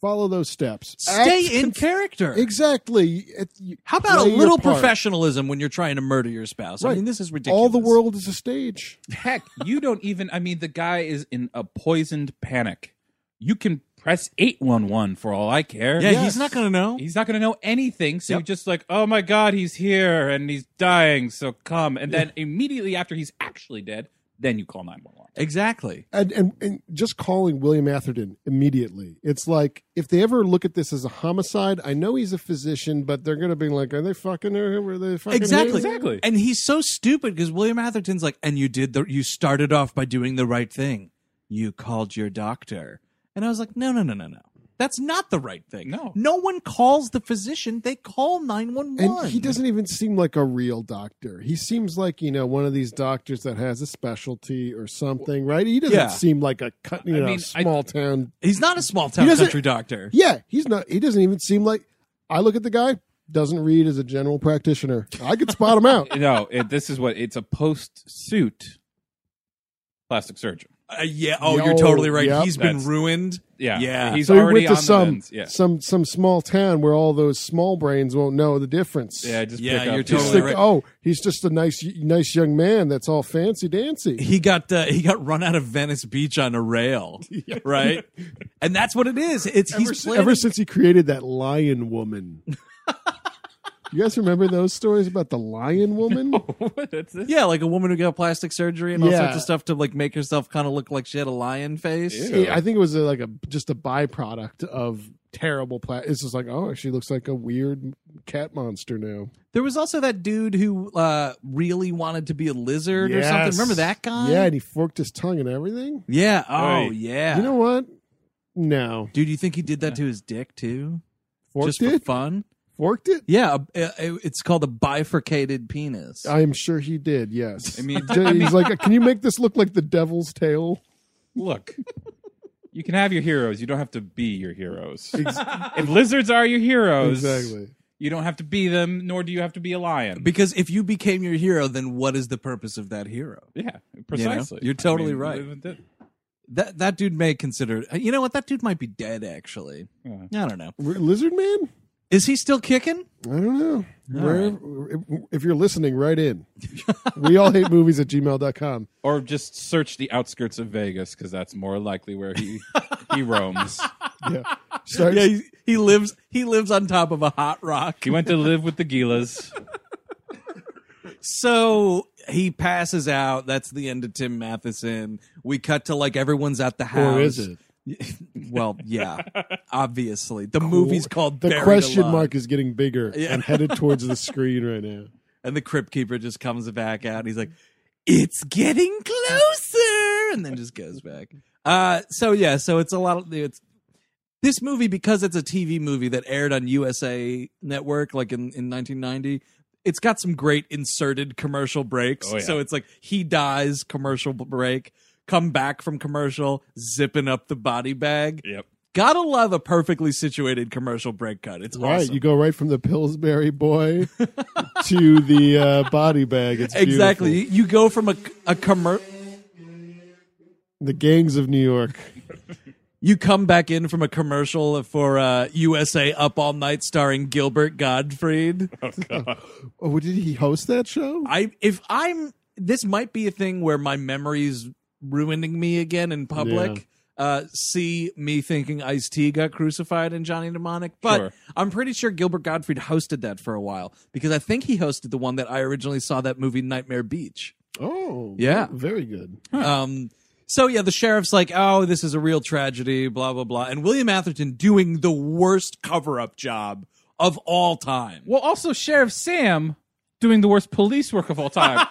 S4: follow those steps.
S1: Stay
S4: Act
S1: in
S4: con-
S1: character.
S4: Exactly. It- you-
S1: How about
S4: play
S1: a
S4: your
S1: little
S4: part.
S1: professionalism when you're trying to murder your spouse? I mean, this is ridiculous.
S4: All the world is a stage.
S2: Heck, you don't even. I mean, the guy is in a poisoned panic. You can press 811 for all I care.
S1: Yeah, he's not going to know.
S2: He's not going to know anything. So you're just like, oh my God, he's here and he's dying. So come. And then immediately after he's actually dead, then you call 911.
S1: exactly.
S4: And, and and just calling William Atherton immediately. It's like if they ever look at this as a homicide, I know he's a physician, but they're gonna be like, Are they fucking her? Were they fucking her?"
S1: Exactly.
S2: Exactly.
S1: And he's so stupid because William Atherton's like, and you did the, you started off by doing the right thing. You called your doctor. And I was like, no, no, no, no, no. That's not the right thing.
S2: No.
S1: No one calls the physician. They call
S4: And
S1: 911.
S4: he doesn't even seem like a real doctor. He seems like you know one of these doctors that has a specialty or something, right? He doesn't
S1: Yeah.
S4: seem like a cut, you
S2: I
S4: know
S2: mean, I-
S4: small town.
S1: He's not a small town
S4: He doesn't-
S1: country doctor.
S4: Yeah, he's not. He doesn't even seem like. I look at the guy. Doesn't read as a general practitioner. I could spot him out.
S2: no, it, this is what it's a post suit plastic surgeon.
S1: Uh, yeah. Oh,
S4: Yo,
S1: you're totally right.
S4: yep.
S1: he's been
S2: That's-
S1: ruined.
S2: Yeah.
S1: Yeah.
S2: He's
S4: so he went
S2: already
S4: to
S2: on the
S4: some
S2: lens. Yeah.
S4: some some small town where all those small brains won't know the difference.
S2: Yeah, just
S1: Yeah,
S2: pick up.
S1: you're
S4: Just
S1: totally
S4: think,
S1: right.
S4: oh, he's just a nice nice young man that's all fancy dancy.
S1: he got uh, he got run out of Venice Beach on a rail, right? And that's what it is. It's
S4: Ever,
S1: he's
S4: si-
S1: planning-
S4: ever since he created that lion woman. You guys remember those stories about the lion woman?
S2: What is this?
S1: Yeah, like a woman who got plastic surgery and all
S4: Yeah.
S1: sorts of stuff to like make herself kind of look like she had a lion face.
S4: Yeah, I think it was a, like a just a byproduct of terrible pla- It's just like, oh, she looks like a weird cat monster now.
S1: There was also that dude who uh, really wanted to be a lizard or something.
S4: Yes.
S1: Remember that guy?
S4: Yeah, and he forked his tongue and everything.
S1: Yeah. Oh,
S2: Right.
S1: yeah.
S4: You know what? No,
S1: dude, you think he did that to his dick too?
S4: forked
S1: Just
S4: it.
S1: for fun?
S4: forked it.
S1: Yeah. a- a- it's called a bifurcated penis.
S4: I am sure he did. Yes.
S2: I mean,
S4: he's like, can you make this look like the devil's tail?
S2: look. You can have your heroes. You don't have to be your heroes. if lizards are your heroes,
S4: Exactly.
S2: you don't have to be them, nor do you have to be a lion.
S1: because if you became your hero, then what is the purpose of that hero?
S2: yeah, precisely.
S1: You're totally right.
S2: th- th-
S1: That that dude may consider. uh, You know what? That dude might be dead. Actually, I don't know.
S4: R- Lizard man?
S1: Is he still kicking?
S4: I don't know. Wherever, if, if you're listening, right in. we all hate movies at gmail.com.
S2: Or just search the outskirts of Vegas because that's more likely where he he roams.
S4: Yeah. Start,
S1: Yeah, he, he lives. He lives on top of a hot rock.
S2: He went to live with the Gilas.
S1: So he passes out. That's the end of Tim Matheson. We cut to like everyone's at the house.
S4: Or is it?
S1: Well, yeah, obviously. The movie's called
S4: The
S1: Buried
S4: question
S1: Alive.
S4: mark is getting bigger and headed towards the screen right now.
S1: and the crypt keeper just comes back out and he's like it's getting closer and then just goes back uh so yeah so it's a lot of it's this movie because it's a tv movie that aired on usa network like in, in 1990 it's got some great inserted commercial breaks
S2: Oh, yeah.
S1: so it's like he dies commercial break come back from commercial zipping up the body bag
S2: Yep.
S1: gotta love a perfectly situated commercial break cut it's
S4: Right,
S1: awesome
S4: you go right from the Pillsbury boy to the uh, body bag. It's
S1: exactly
S4: beautiful.
S1: you, you go from a, a commercial
S4: the gangs of New York.
S1: You come back in from a commercial for uh, USA Up All Night starring Gilbert Gottfried.
S4: Oh, did he host that show?
S1: I if I'm this might be a thing where my memory's ruining me again in public. Uh, see me thinking Ice T got crucified in Johnny Mnemonic, but
S2: Sure.
S1: I'm pretty sure Gilbert Gottfried hosted that for a while because I think he hosted the one that I originally saw that movie Nightmare Beach.
S4: oh,
S1: Yeah.
S4: very good.
S1: Um, so yeah, the sheriff's like, "Oh, this is a real tragedy," blah blah blah, and William Atherton doing the worst cover-up job of all time.
S2: Well, also Sheriff Sam doing the worst police work of all time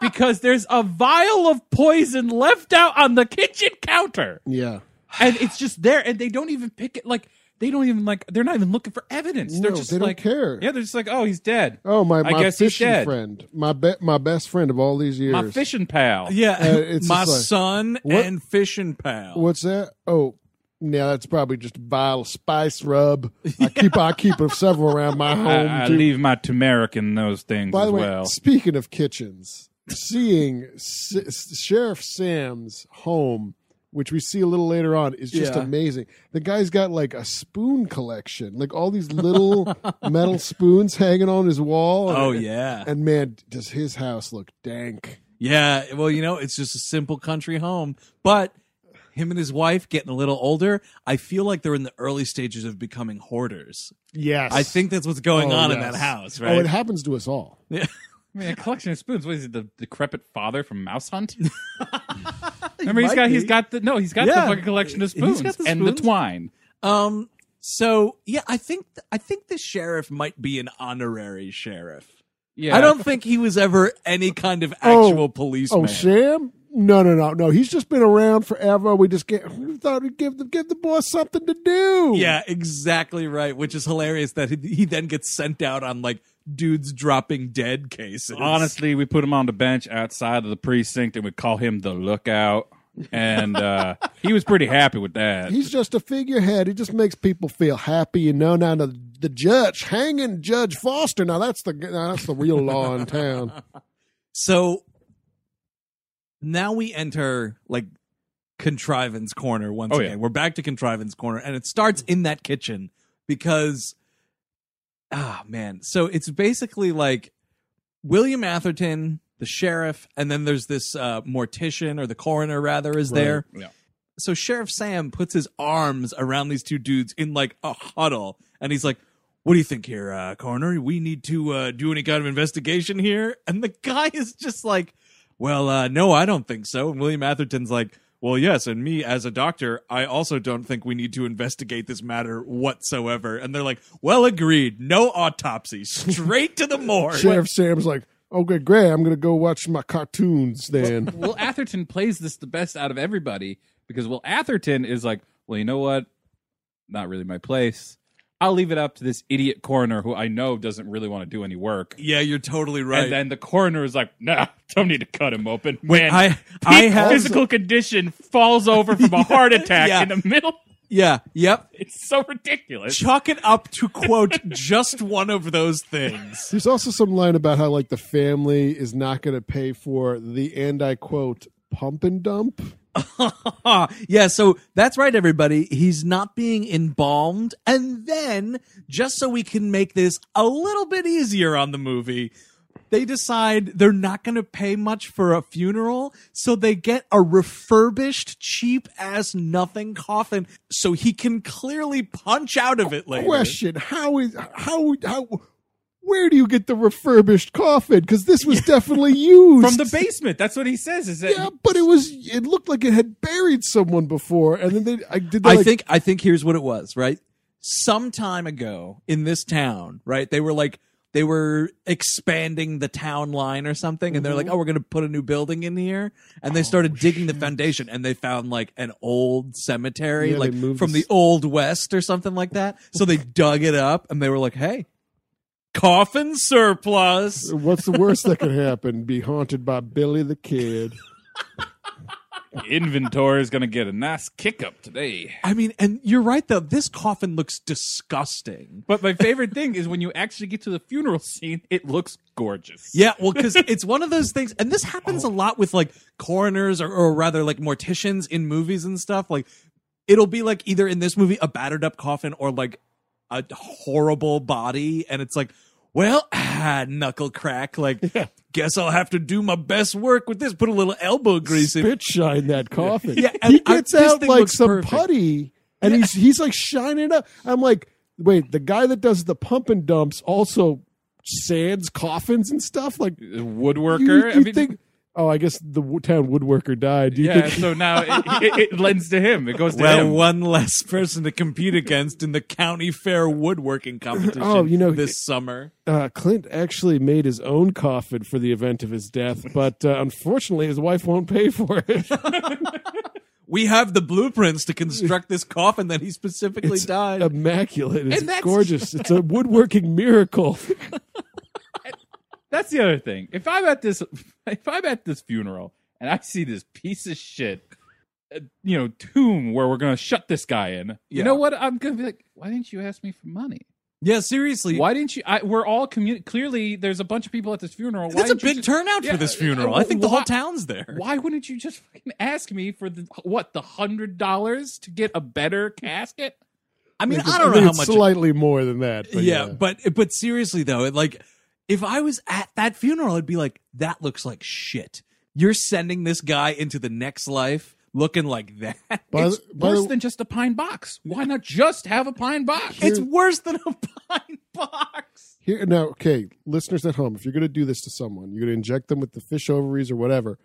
S2: because there's a vial of poison left out on the kitchen counter,
S4: Yeah,
S2: and it's just there, and they don't even pick it. Like they don't even like they're not even looking for evidence. They're
S4: No,
S2: just
S4: they don't
S2: like
S4: care.
S2: Yeah, they're just like, oh, he's dead.
S4: Oh my! my
S2: I guess he's
S4: fishing
S2: dead.
S4: friend, my be- my best friend of all these years.
S2: My fishing pal.
S1: Yeah,
S4: Uh, it's
S1: my
S4: just like-
S1: son
S4: What-
S1: and fishing pal.
S4: What's that? Oh, now that's probably just a vial of spice rub. I keep I keep several around my
S1: Oh,
S4: home.
S2: I, I
S4: too.
S2: leave my turmeric in those things
S4: By
S2: as
S4: the way,
S2: well.
S4: speaking of kitchens, seeing S- S- Sheriff Sam's home, which we see a little later on, is just
S1: Yeah.
S4: amazing. The guy's got like a spoon collection, like all these little metal spoons hanging on his wall.
S1: Oh
S4: And-
S1: yeah,
S4: And man, does his house look dank.
S1: yeah. Well, you know, it's just a simple country home, but him and his wife getting a little older. I feel like they're in the early stages of becoming hoarders.
S4: Yes.
S1: I think that's what's going
S4: Oh,
S1: on in
S4: yes.
S1: that house,
S4: Oh,
S1: right?
S4: it happens to us all.
S2: I mean, a collection of spoons. What is it? The decrepit father from Mouse Hunt. Remember, he's got he's got the no, he's got
S1: Yeah.
S2: the fucking collection of
S1: He's got
S2: spoons
S1: the
S2: and the
S1: spoons.
S2: twine.
S1: um. So yeah, I think I think the sheriff might be an honorary sheriff.
S2: Yeah,
S1: I don't think he was ever any kind of
S4: Oh,
S1: actual policeman.
S4: Oh, Sam? No, no, no, no. He's just been around forever. We just get, we thought we'd give the, give the boy something to do.
S1: Yeah, exactly right. Which is hilarious that he, he then gets sent out on like dudes dropping dead cases.
S2: Honestly, we put him on the bench outside of the precinct, and we call him the lookout. And uh, he was pretty happy with that.
S4: He's just a figurehead. He just makes people feel happy, you know. Now the, the judge hanging Judge Foster. Now that's the now that's the real law in town.
S1: So now we enter like contrivance corner once
S2: Oh, yeah.
S1: again. We're back to contrivance corner, and it starts in that kitchen because ah man. So it's basically like William Atherton, the sheriff, and then there's this uh, mortician or the coroner rather is there.
S2: Yeah.
S1: so Sheriff Sam puts his arms around these two dudes in like a huddle, and he's like, what do you think here, uh, coroner? We need to uh, do any kind of investigation here? And the guy is just like, well, uh, no, I don't think so. And William Atherton's like, well, yes, and me as a doctor, I also don't think we need to investigate this matter whatsoever. And they're like, well, agreed. No autopsy. Straight to the morgue.
S4: Sheriff Sam's like, okay, great. I'm gonna go watch my cartoons then.
S2: Will Atherton plays this the best out of everybody because Will Atherton is like, well, you know what? Not really my place. I'll leave it up to this idiot coroner who I know doesn't really want to do any work.
S1: Yeah, you're totally right.
S2: And then the coroner is like, nah, don't need to cut him open. When
S1: I-
S2: peak
S1: I have-
S2: physical condition falls over from a heart attack
S1: Yeah.
S2: in the middle.
S1: yeah, yep.
S2: It's so ridiculous.
S1: Chalk it up to quote just one of those things.
S4: There's also some line about how like the family is not gonna pay for the and I quote pump and dump.
S1: Ah, yeah, so that's right, everybody. He's not being embalmed. And then, just so we can make this a little bit easier on the movie, they decide they're not going to pay much for a funeral. So they get a refurbished, cheap ass nothing coffin so he can clearly punch out of it later.
S4: Question: How is how how where do you get the refurbished coffin? Because this was definitely used
S2: From the basement. That's what he says. Is that
S4: Yeah, but it was. It looked like it had buried someone before, and then they. I did. They,
S1: I
S4: like,
S1: think I think here's what it was, right? Some time ago in this town, right? They were like they were expanding the town line or something and they're
S4: Mm-hmm.
S1: like, "Oh, we're going to put a new building in here."
S4: Oh,
S1: And they started digging the foundation and they found like an old cemetery
S4: Yeah, they
S1: like
S4: moved
S1: from
S4: the
S1: the old west or something like that. So they dug it up and they were like, "Hey, coffin surplus."
S4: What's the worst that could happen? Be haunted by Billy the Kid.
S2: inventory is going to get a nice kick up today.
S1: I mean, and you're right though. This coffin looks disgusting.
S2: But my favorite thing is when you actually get to the funeral scene, it looks gorgeous.
S1: Yeah, well, because it's one of those things, and this happens a lot with like coroners or, or rather like morticians in movies and stuff. Like, it'll be like either in this movie a battered up coffin or like a horrible body, and it's like, well, ah, knuckle crack. Like, guess I'll have to do my best work with this. Put a little elbow grease in.
S4: Spit shine that coffin.
S1: Yeah,
S4: he
S1: and I-
S4: gets
S1: this
S4: out
S1: thing
S4: like
S1: looks
S4: some
S1: perfect.
S4: putty, and he's he's like shining up. I'm like, wait, the guy that does the pump and dumps also sands coffins and stuff. Like you,
S2: Woodworker.
S4: you
S2: I mean,
S4: think? Oh, I guess the w- town woodworker died. Do you
S2: yeah,
S4: think?
S2: so now it, it, it lends to him. It goes to
S1: Well,
S2: him.
S1: one less person to compete against in the county fair woodworking competition.
S4: Oh, you know,
S1: this summer.
S4: uh, Clint actually made his own coffin for the event of his death, but uh, unfortunately, his wife won't pay for it.
S1: We have the blueprints to construct this coffin that he specifically
S4: It's
S1: died.
S4: immaculate. It's
S2: And that's-
S4: gorgeous. It's a woodworking miracle.
S2: That's the other thing. If I'm at this, if I'm at this funeral and I see this piece of shit, uh, you know, tomb where we're gonna shut this guy in.
S1: Yeah.
S2: You know what? I'm gonna be like, why didn't you ask me for money?
S1: Yeah, seriously.
S2: Why didn't you? I, we're all communi- Clearly, there's a bunch of people at this funeral. Why
S1: That's a
S2: didn't you
S1: big
S2: just-
S1: turnout
S2: Yeah,
S1: for this
S2: uh,
S1: funeral.
S2: uh,
S1: I think the whole
S2: why-
S1: town's there.
S2: Why wouldn't you just fucking ask me for the what the hundred dollars to get a better casket?
S1: I mean,
S4: Like,
S1: I don't know how
S4: it's
S1: much.
S4: Slightly more than that. But
S1: yeah,
S4: yeah,
S1: but but seriously though, it, like if I was at that funeral, I'd be like, that looks like shit. You're sending this guy into the next life looking like that.
S4: By
S2: It's
S4: the- by
S2: worse
S4: the-
S2: than just a pine box. Why not just have a pine box?
S1: It's worse than a pine box.
S4: here now. Okay, listeners at home, if you're going to do this to someone, you're going to inject them with the fish ovaries or whatever.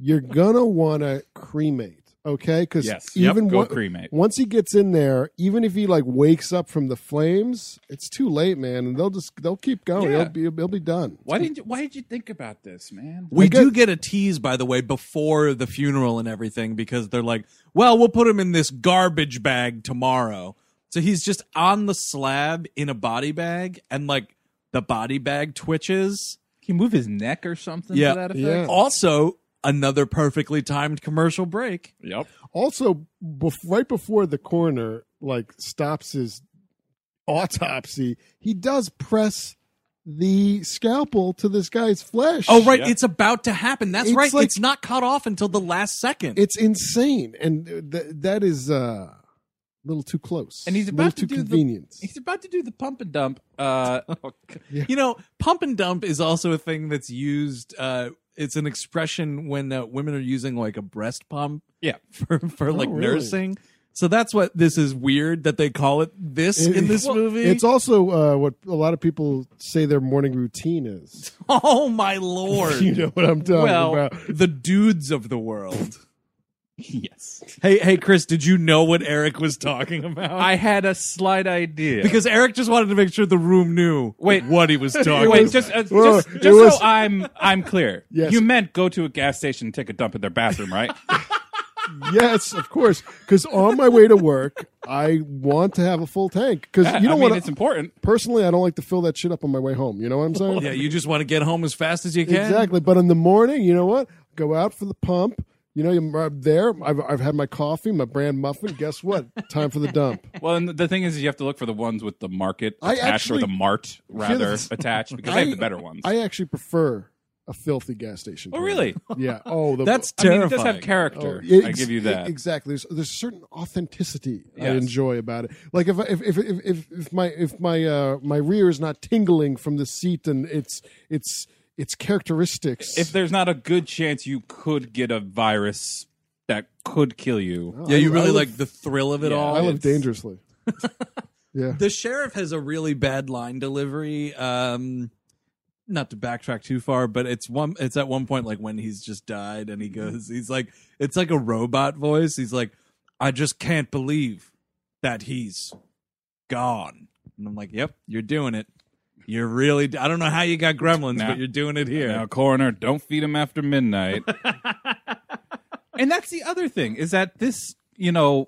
S4: You're gonna want to cremate, okay? Because
S2: Yes. Yep,
S4: even
S2: go
S4: on-
S2: cremate.
S4: once he gets in there, even if he like wakes up from the flames, it's too late, man. And they'll just they'll keep going.
S2: Yeah.
S4: He'll be he'll be done.
S2: Why didn't you, why did you think about this, man?
S1: We
S4: I get-
S1: do get a tease, by the way, before the funeral and everything, because they're like, well, we'll put him in this garbage bag tomorrow. So he's just on the slab in a body bag, and like the body bag twitches.
S2: Can you move his neck or something
S1: Yeah.
S2: to that
S4: Yeah.
S2: effect?
S1: Also, another perfectly timed commercial break.
S2: Yep.
S4: also bef- right before the coroner like stops his autopsy he does press the scalpel to this guy's flesh
S1: Oh, right.
S2: Yeah.
S1: It's about to happen. That's
S4: It's
S1: right.
S4: like-
S1: it's not cut off until the last second.
S4: it's insane and th- that is uh, a little too close
S2: And he's
S4: A
S2: about to
S4: little too
S2: do
S4: convenient
S2: the he's about to do the pump and dump. Uh,
S1: you know, pump and dump is also a thing that's used. Uh, it's an expression when uh, women are using like a breast pump
S2: yeah.
S1: for, for like
S4: Oh, really?
S1: nursing. So that's what this is weird that they call it this
S4: It-
S1: in this
S4: well,
S1: movie.
S4: It's also uh, what a lot of people say their morning routine is.
S1: oh my lord.
S4: You know what I'm talking
S1: well,
S4: about.
S1: the dudes of the world.
S2: yes.
S1: Hey, hey, Chris, did you know what Eric was talking about?
S2: I had a slight idea.
S1: because Eric just wanted to make sure the room knew
S2: Wait.
S1: what he was talking
S2: Wait,
S1: about.
S2: just uh, just,
S4: Whoa,
S2: just
S4: it
S2: so
S4: was-
S2: I'm I'm clear.
S4: Yes.
S2: You meant go to a gas station and take a dump in their bathroom, right?
S4: yes, of course. Because on my way to work, I want to have a full tank. Because
S2: I
S4: you don't
S2: mean,
S4: want
S2: it's
S4: to.
S2: important.
S4: Personally, I don't like to fill that shit up on my way home. You know what I'm saying?
S1: yeah, you just want to get home as fast as you can.
S4: exactly. But in the morning, you know what? Go out for the pump. You know, I'm I'm there. I've, I've had my coffee, my brand muffin. Guess what? Time for the dump.
S2: Well, and the thing is, is you have to look for the ones with the market
S4: I
S2: attached or
S4: actually-
S2: the mart rather
S4: this-
S2: attached because they have the
S4: I-
S2: better ones.
S4: I actually prefer a filthy gas station.
S2: oh,
S4: toilet.
S2: really?
S4: Yeah. Oh, the,
S1: That's
S2: I mean, it does
S1: Terrifying.
S2: have character.
S4: Oh,
S2: I
S4: ex-
S2: give you that.
S4: exactly. There's, there's certain authenticity I
S2: Yes.
S4: enjoy about it. Like if I- if if if, if, if my if my uh, my rear is not tingling from the seat and it's it's its characteristics.
S2: if there's not a good chance you could get a virus that could kill you.
S4: Oh,
S1: Yeah,
S4: I-
S1: you
S4: I
S1: really
S4: live-
S1: like the thrill of it
S2: Yeah.
S1: all.
S4: I live
S1: It's-
S4: dangerously. yeah.
S1: The sheriff has a really bad line delivery. Um, not to backtrack too far, but it's one. It's at one point like when he's just died, and he
S4: Mm-hmm.
S1: goes, he's like, it's like a robot voice. He's like, I just can't believe that he's gone. And I'm like, yep, you're doing it. You're really. I don't know how you got gremlins,
S2: Nah.
S1: but you're doing it here.
S2: Now, coroner, don't feed him after midnight. and that's the other thing is that this, you know,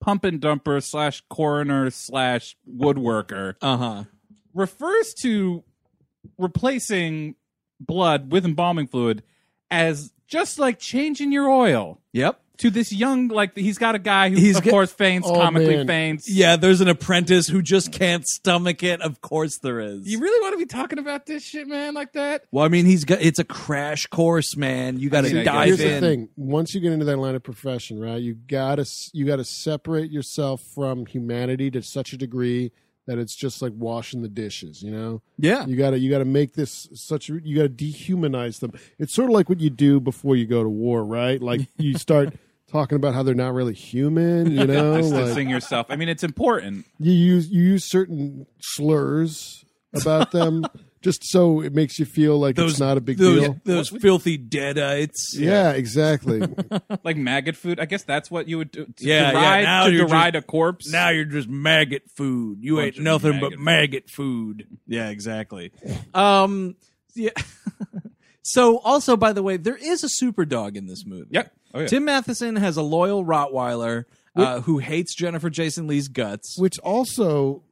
S2: pump and dumper slash coroner slash woodworker
S1: Uh huh.
S2: refers to replacing blood with embalming fluid as just like changing your oil
S1: Yep.
S2: to this young like he's got a guy who
S1: He's
S2: of
S1: get-
S2: course faints
S4: Oh,
S2: comically
S4: man.
S2: faints
S1: Yeah, there's an apprentice who just can't stomach it. Of course, there is.
S2: you really want to be talking about this shit man like that
S1: Well, I mean, he's got it's a crash course, man. You got to
S2: mean, I guess-
S1: dive
S4: Here's
S1: in.
S4: the thing: once you get into that line of profession, right, you gotta s- you gotta separate yourself from humanity to such a degree that it's just like washing the dishes. You know,
S1: Yeah.
S4: you gotta you gotta make this such a- you gotta dehumanize them. It's sort of like what you do before you go to war, right? Like you start talking about how they're not really human. You know, like
S2: distancing yourself i mean it's important
S4: you use you use certain slurs about them just so it makes you feel like it's not a big
S1: those,
S4: deal.
S1: Those filthy uh, deadites.
S4: Yeah, exactly.
S2: like maggot food. I guess that's what you would do. To
S1: Yeah, yeah,
S2: deride,
S1: now
S2: to
S1: you're
S2: deride
S1: just-
S2: a corpse.
S1: Now you're just maggot food. You ain't
S2: Bunch of
S1: nothing
S2: maggot
S1: but maggot food. Yeah, exactly. Um, yeah. so also, by the way, there is a super dog in this movie.
S2: Yep. Oh, yeah.
S1: Tim Matheson has a loyal Rottweiler uh, who hates Jennifer Jason Lee's guts.
S4: Which also,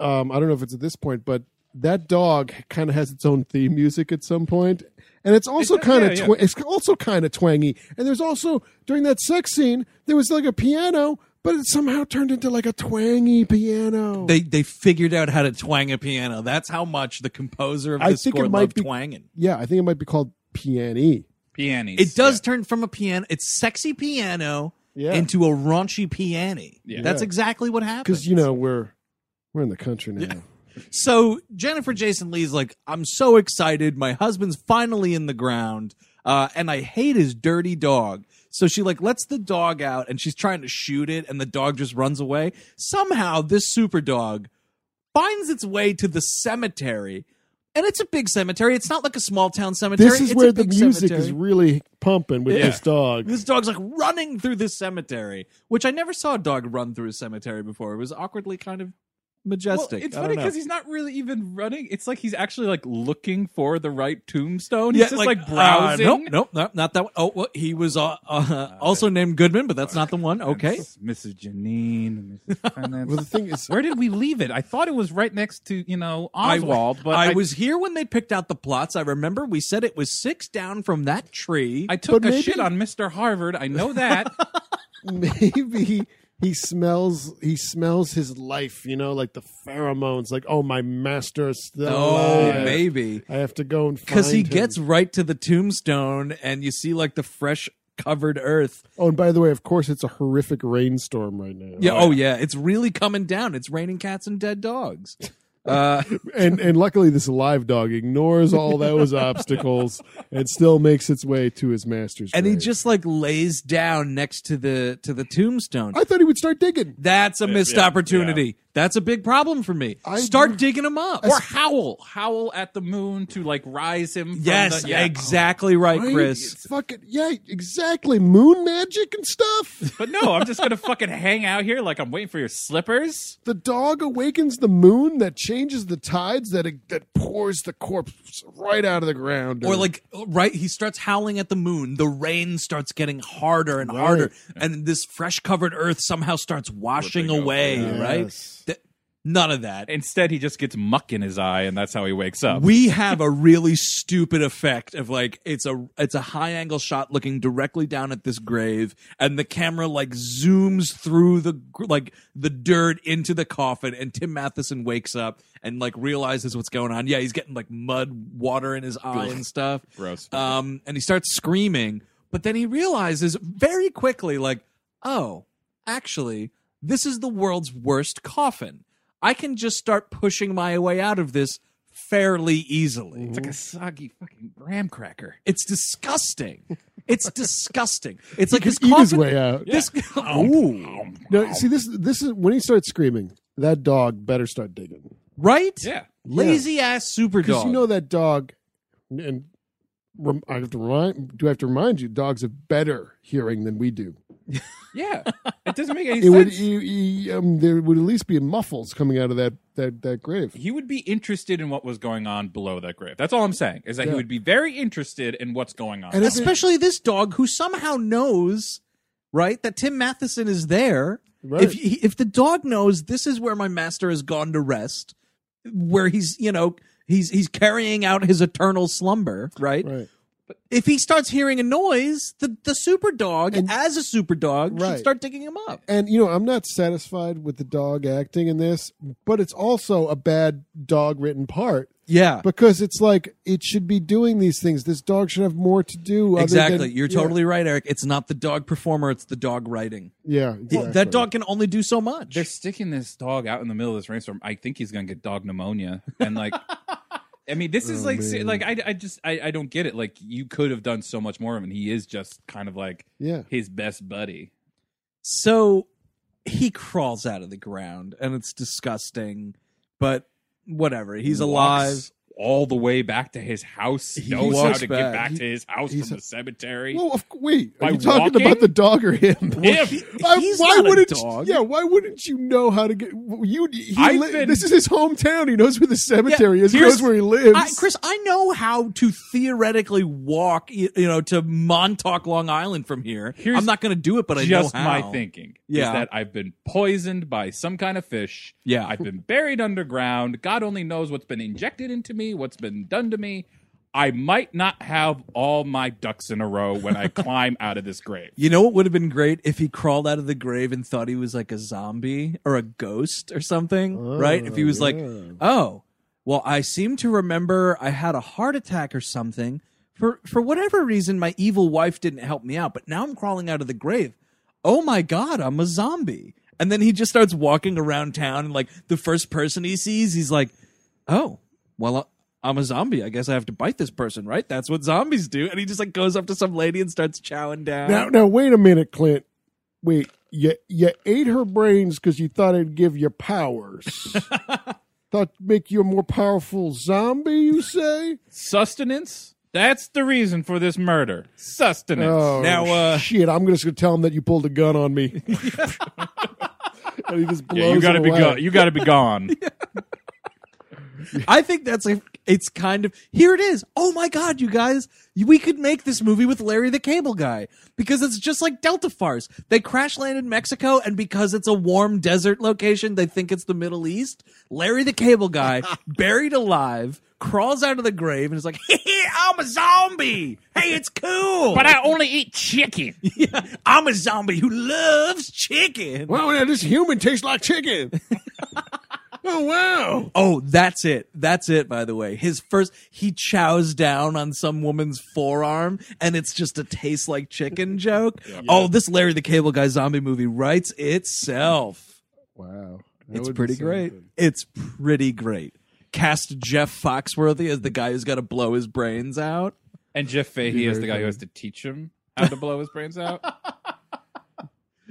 S4: um, I don't know if it's at this point, but that dog kind of has its own theme music at some point, and it's also
S2: does,
S4: kind of
S2: yeah,
S4: twa- it's also kind of twangy. And there's also during that sex scene, there was like a piano, but it somehow turned into like a twangy piano.
S1: they they figured out how to twang a piano. That's how much the composer of
S4: I
S1: this
S4: think
S1: score
S4: it might
S1: loved
S4: be-
S1: twanging.
S4: yeah, I think it might be called piano.
S2: Peonies.
S1: It does
S2: Yeah.
S1: turn from a piano. It's sexy piano
S4: Yeah.
S1: into a raunchy piano.
S2: Yeah.
S1: That's exactly what happens.
S4: because you know we're we're in the country now.
S1: So Jennifer Jason Lee's like, I'm so excited. My husband's finally in the ground, uh, and I hate his dirty dog. So she like lets the dog out, and she's trying to shoot it, and the dog just runs away. Somehow this super dog finds its way to the cemetery. And it's a big cemetery. It's not like a small town cemetery.
S4: This is
S1: It's a
S4: where the
S1: big
S4: music
S1: cemetery.
S4: is really pumping with
S1: Yeah.
S4: this dog.
S1: This dog's like running through this cemetery, which I never saw a dog run through a cemetery before. It was awkwardly kind of
S2: Well,
S1: majestic. Uh,
S2: it's
S1: I
S2: funny
S1: don't know.
S2: because he's not really even running. It's like he's actually like looking for the right tombstone.
S1: Yeah,
S2: he's just like, browsing.
S1: Uh, nope, nope, nope, not that one. Oh, well, he was uh, uh, also named Goodman, but that's not the one. Okay.
S2: It's Mrs. Janine. Mrs. Finance.
S4: Well, the thing is,
S2: Where did we leave it? I thought it was right next to you know
S1: I-
S2: Oswald, but
S1: I, was here when they picked out the plots. I remember we said it was six down from that tree.
S2: I took
S4: But
S2: a
S4: maybe-
S2: shit on Mr. Harvard. I know that.
S4: maybe he smells he smells his life you know like the pheromones like oh my master is still
S1: oh,
S4: alive.
S1: maybe
S4: i have to go and
S1: because
S4: because
S1: he gets right to the tombstone, and you see like the fresh covered earth.
S4: oh and by the way of course it's a horrific rainstorm right now
S1: oh, Yeah. Oh yeah, it's really coming down. It's raining cats and dead dogs. Uh,
S4: and and luckily this live dog ignores all those obstacles and still makes its way to his master's.
S1: and he
S4: grave.
S1: just like lays down next to the to the tombstone.
S4: I thought he would start digging.
S1: That's a missed
S2: yeah,
S1: opportunity. That's a big problem for me.
S4: I-
S1: Start digging him up.
S2: or howl, howl at the moon to like rise him. From
S1: yes,
S2: the, yeah.
S1: exactly right,
S4: Right?
S1: Chris.
S4: Fucking yeah, exactly. Moon magic and stuff.
S2: But no, I'm just gonna fucking hang out here like I'm waiting for your slippers.
S4: The dog awakens the moon that changes the tides that that pours the corpse right out of the ground.
S1: Or like right, he starts howling at the moon. The rain starts getting harder and harder, and this fresh covered earth somehow starts washing
S2: Ripping
S1: away.
S4: over, yeah.
S1: Right?
S4: Yes.
S1: Th- none of that.
S2: Instead, he just gets muck in his eye, and that's how he wakes up.
S1: we have a really stupid effect of like it's a it's a high angle shot looking directly down at this grave and the camera like zooms through the gr- like the dirt into the coffin and tim matheson wakes up and like realizes what's going on yeah he's getting like mud water in his eye and stuff
S2: Gross.
S1: um and he starts screaming but then he realizes very quickly like oh actually this is the world's worst coffin i can just start pushing my way out of this fairly easily.
S4: Mm-hmm.
S2: it's like a soggy fucking graham cracker.
S1: It's disgusting. It's disgusting. It's like this
S4: could eat his
S1: coffin-
S4: way out.
S1: This, Ooh.
S4: no, see this this is when he starts screaming. That dog better start digging
S1: right?
S2: Yeah.
S1: Lazy ass super
S4: because
S1: dog.
S4: you know that dog. And rem, I have to remind. Do I have to remind you? Dogs have better hearing than we do.
S2: Yeah, it doesn't make any
S4: It would
S2: sense.
S4: you, you, um, there would at least be muffles coming out of that that that grave.
S2: he would be interested in what was going on below that grave. That's all I'm saying is that
S4: Yeah.
S2: he would be very interested in what's going on.
S4: And it's-
S1: especially this dog who somehow knows, right, that Tim Matheson is there.
S4: Right.
S1: If he, if the dog knows this is where my master has gone to rest, where he's you know he's he's carrying out his eternal slumber, right?
S4: Right.
S1: If he starts hearing a noise, the the super dog as a super dog should
S4: Right.
S1: start digging him up.
S4: And you know, I'm not satisfied with the dog acting in this, but it's also a bad dog written part
S1: Yeah,
S4: because it's like it should be doing these things. This dog should have more to do. other
S1: exactly.
S4: than-
S1: You're
S4: yeah,
S1: totally right, Eric. It's not the dog performer; it's the dog writing.
S4: Yeah, exactly.
S1: That dog can only do so much.
S2: They're sticking this dog out in the middle of this rainstorm. I think he's gonna get dog pneumonia. And like, I mean, this
S1: Oh,
S2: is like, se- like I, I just, I, I don't get it. Like, you could have done so much more, and he is just kind of like
S4: Yeah.
S2: his best buddy.
S1: So he crawls out of the ground and it's disgusting, but whatever. He's alive.
S2: Walks all the way back to his house.
S1: He
S2: knows how
S1: walks
S2: to
S1: back.
S2: get back to
S4: He-
S2: his house
S4: he's
S2: from
S4: a-
S2: the cemetery.
S4: Well, of, wait. Are
S2: By
S4: you talking
S2: walking?
S4: about the dog or him?
S2: Him.
S4: I-
S1: He's
S4: why
S1: not a
S4: wouldn't
S1: dog.
S4: yeah? Why wouldn't you know how to get you? He
S2: I've
S4: li-
S2: been-
S4: this is his hometown. He knows where the cemetery is. He
S1: here's-
S4: knows where he lives.
S1: I, Chris, I know how to theoretically walk, y- you know, to Montauk, Long Island from here.
S2: Here's
S1: I'm not going to do it, but I
S2: just
S1: know how.
S2: my thinking
S1: Yeah.
S2: is that I've been poisoned by some kind of fish.
S1: Yeah.
S2: I've been buried underground. God only knows what's been injected into me, what's been done to me. I might not have all my ducks in a row when I climb out of this grave.
S1: You know what would have been great if he crawled out of the grave and thought he was like a zombie or a ghost or something, right? If he was like, "Oh, well, I seem to remember I had a heart attack or something. For for whatever reason, my evil wife didn't help me out, but now I'm crawling out of the grave. Oh my god, I'm a zombie!" And then he just starts walking around town, and like the first person he sees, he's like, "Oh, well." I- I'm a zombie. I guess I have to bite this person, right? That's what zombies do. And he just like goes up to some lady and starts chowing down.
S4: Now, now, wait a minute, Clint. Wait, you you ate her brains because you thought it'd give you powers. thought make you a more powerful zombie. You say?
S2: Sustenance? That's the reason for this murder. Sustenance.
S4: Oh
S1: Now, uh,
S4: shit! I'm just gonna tell him that you pulled a gun on me. and he just blows
S2: yeah, you gotta
S4: it
S2: be
S4: away.
S2: go- you gotta be gone.
S1: I think that's a. It's kind of here. It is. Oh my god, you guys, we could make this movie with Larry the Cable Guy because it's just like Delta Farce. They crash land in Mexico, and because it's a warm desert location, they think it's the Middle East. Larry the Cable Guy, buried alive, crawls out of the grave and is like, "Hey, I'm a zombie. Hey, it's cool.
S2: but I only eat chicken.
S1: I'm a zombie who loves chicken."
S4: Wow, now this human tastes like chicken. oh wow!
S1: Oh, that's it. That's it, by the way. His first, he chows down on some woman's forearm and it's just a taste like chicken joke. Oh, this Larry the Cable Guy zombie movie writes itself.
S4: Wow. That
S2: It's
S4: would be
S2: pretty
S4: so
S2: great.
S4: good.
S1: It's pretty great. Cast Jeff Foxworthy as the guy who's got to blow his brains out.
S2: And Jeff Fahey is the guy who has to teach him how to blow his brains out.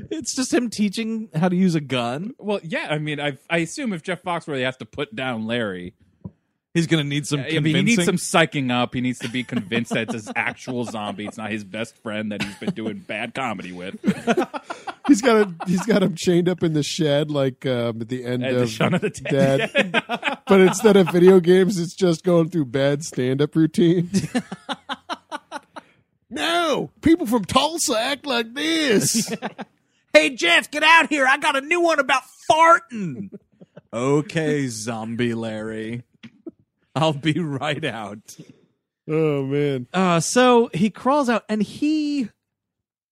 S1: It's just him teaching how to use a gun.
S2: well, yeah, I mean, I I assume if Jeff Foxworthy has to put down Larry,
S1: He's gonna need some.
S2: I mean, he needs
S1: convincing.
S2: some psyching up. He needs to be convinced that it's his actual zombie. It's not his best friend that he's been doing bad comedy with.
S4: He's got a, he's got him chained up in the shed like um, at the end
S2: At the
S4: of
S2: Shaun of the Dead.
S4: Dead. but instead of video games, it's just going through bad stand up routine. no, people from Tulsa act like this.
S1: Hey Jeff, get out here! I got a new one about farting. okay, zombie Larry. I'll be right out.
S4: oh man,
S1: Uh, so he crawls out and he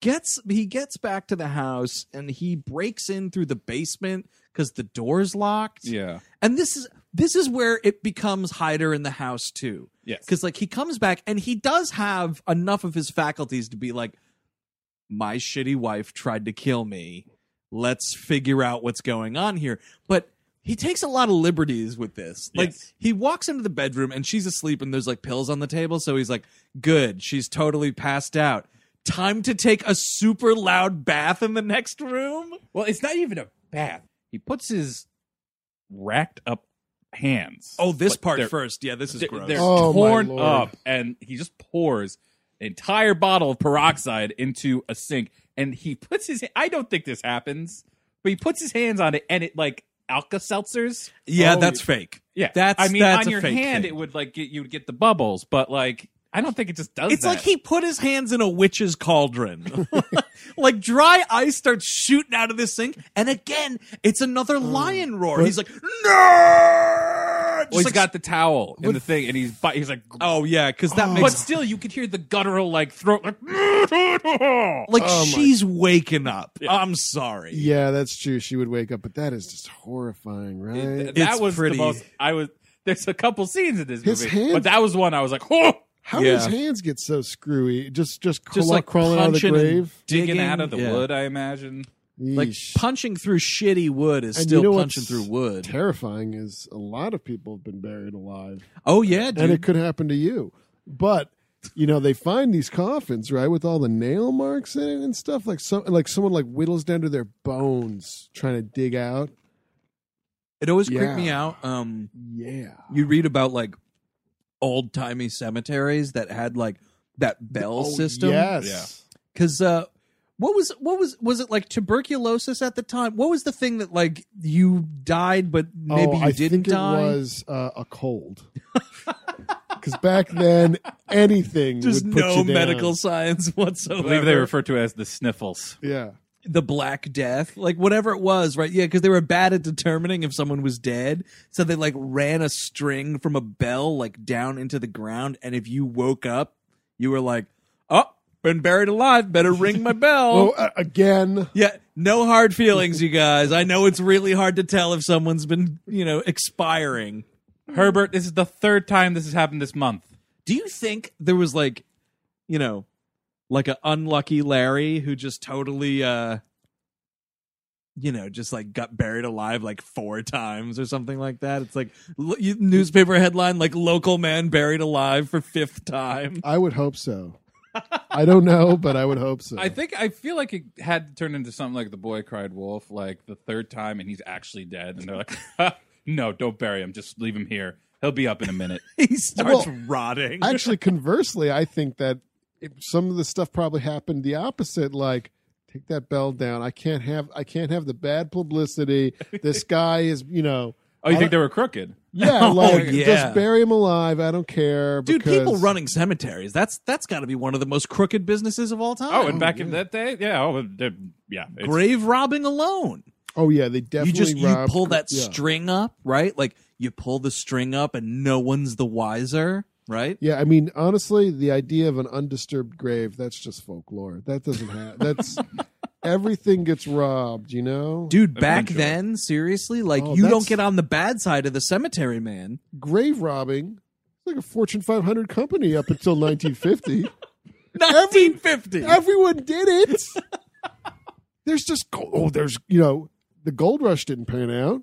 S1: gets he gets back to the house and he breaks in through the basement because the door's locked.
S2: Yeah.
S1: And this is this is where it becomes hider in the house too.
S2: Yes.
S1: Because like he comes back and he does have enough of his faculties to be like, my shitty wife tried to kill me. Let's figure out what's going on here. But he takes a lot of liberties with this. Like
S2: Yes.
S1: he walks into the bedroom and she's asleep and there's like pills on the table. So he's like, good, she's totally passed out. Time to take a super loud bath in the next room.
S2: Well, it's not even a bath. He puts his racked up hands.
S1: Oh, this
S2: Like,
S1: part
S2: they're-
S1: first. Yeah, this is
S2: They're,
S1: gross.
S2: they're
S4: Oh, my
S2: torn
S4: Lord.
S2: up, and he just pours an entire bottle of peroxide into a sink, and he puts his. I don't think this happens, but he puts his hands on it, and it like Alka Seltzers.
S1: Yeah,
S4: Oh,
S1: that's fake.
S2: Yeah,
S1: that's
S2: I mean,
S1: that's
S2: on
S1: a
S2: your
S1: fake
S2: hand,
S1: thing.
S2: it would like get, you would get the bubbles, but like I don't think it just does.
S1: It's
S2: that.
S1: like he put his hands in a witch's cauldron. like dry ice starts shooting out of this sink, and again, it's another lion roar. He's like, no! Just
S2: Well, he's
S1: like-
S2: got the towel in the thing, and he's bu- he's like,
S1: Oh yeah, because that
S2: but
S1: makes
S2: still, you could hear the guttural like throat, like
S1: like she's waking up. I'm sorry.
S4: yeah, that's true. She would wake up, but that is just horrifying, right?
S2: Th-
S1: It's
S2: that was
S1: pretty-
S2: the most I was. There's a couple scenes in this
S4: His
S2: movie,
S4: hand-
S2: but that was one I was like, oh,
S4: How
S1: Yeah.
S4: do his hands get so screwy? Just just, crawl,
S1: Just like
S4: crawling out of the
S1: punching and
S4: grave.
S2: digging,
S1: Digging-
S2: out of the
S1: yeah.
S2: wood. I imagine.
S1: Like
S4: Yeesh.
S1: punching through shitty wood is
S4: And
S1: still
S4: you know
S1: punching
S4: what's
S1: through wood.
S4: Terrifying is a lot of people have been buried alive,
S1: oh yeah,
S4: and it
S1: dude.
S4: could happen to you. But you know they find these coffins right with all the nail marks in it and stuff. Like some like someone like whittles down to their bones trying to dig out.
S1: It always
S4: Yeah.
S1: creeped me out. Um,
S4: Yeah,
S1: you read about like old timey cemeteries that had like that bell
S4: Oh,
S1: system.
S4: Yes,
S1: because uh, what was what was was it like tuberculosis at the time? What was the thing that like you died but maybe
S4: oh,
S1: you
S4: I
S1: didn't
S4: think
S1: die?
S4: It was uh, a cold. Because back then, anything
S1: Just
S4: would put
S1: no
S4: you down.
S1: medical science
S2: I
S1: whatsoever.
S2: believe they refer to it as the sniffles.
S4: Yeah,
S1: the Black Death, like whatever it was, right? Yeah, because they were bad at determining if someone was dead, so they like ran a string from a bell like down into the ground, and if you woke up, you were like, "Oh, been buried alive. Better ring my bell."
S4: Oh, uh, again.
S1: Yeah, no hard feelings, you guys. I know it's really hard to tell if someone's been, you know, expiring.
S2: Herbert, this is the third time this has happened this month.
S1: Do you think there was like, you know, like an unlucky Larry who just totally, uh you know, just like got buried alive like four times or something like that? It's like l- you- newspaper headline like local man buried alive for fifth time.
S4: I would hope so. I don't know, but I would hope so.
S2: I think I feel like it had to turn into something like the boy cried wolf, like the third time, and he's actually dead, and they're like, "Ha, no, don't bury him, just leave him here. He'll be up in a minute.
S1: He starts
S4: Well,
S1: rotting.
S4: actually, conversely, I think that if some of the stuff probably happened the opposite. Like, take that bell down. I can't have. I can't have the bad publicity. This guy is, you know.
S2: Oh, you think they were crooked? Oh,
S4: Yeah, like
S1: Oh, yeah.
S4: just bury him alive. I don't care.
S1: Dude,
S4: because-
S1: people running cemeteries. That's that's got to be one of the most crooked businesses of all time.
S2: Oh, and back in that day, yeah, oh, they're- yeah, it's-
S1: grave robbing alone.
S4: Oh yeah, they definitely
S1: you just
S4: robbed-
S1: you pull that
S4: yeah.
S1: string up, right? Like you pull the string up and no one's the wiser, right?
S4: Yeah, I mean, honestly, the idea of an undisturbed grave—that's just folklore. That doesn't have. That's everything gets robbed. You know,
S1: Dude, back
S2: Eventually.
S1: then, seriously, like
S4: Oh,
S1: you
S4: that's-
S1: don't get on the bad side of the cemetery, man.
S4: grave robbing it's like a Fortune 500 company up until 1950.
S1: 1950.
S4: Everyone did it. There's just go- oh, there's you know the gold rush didn't pan out.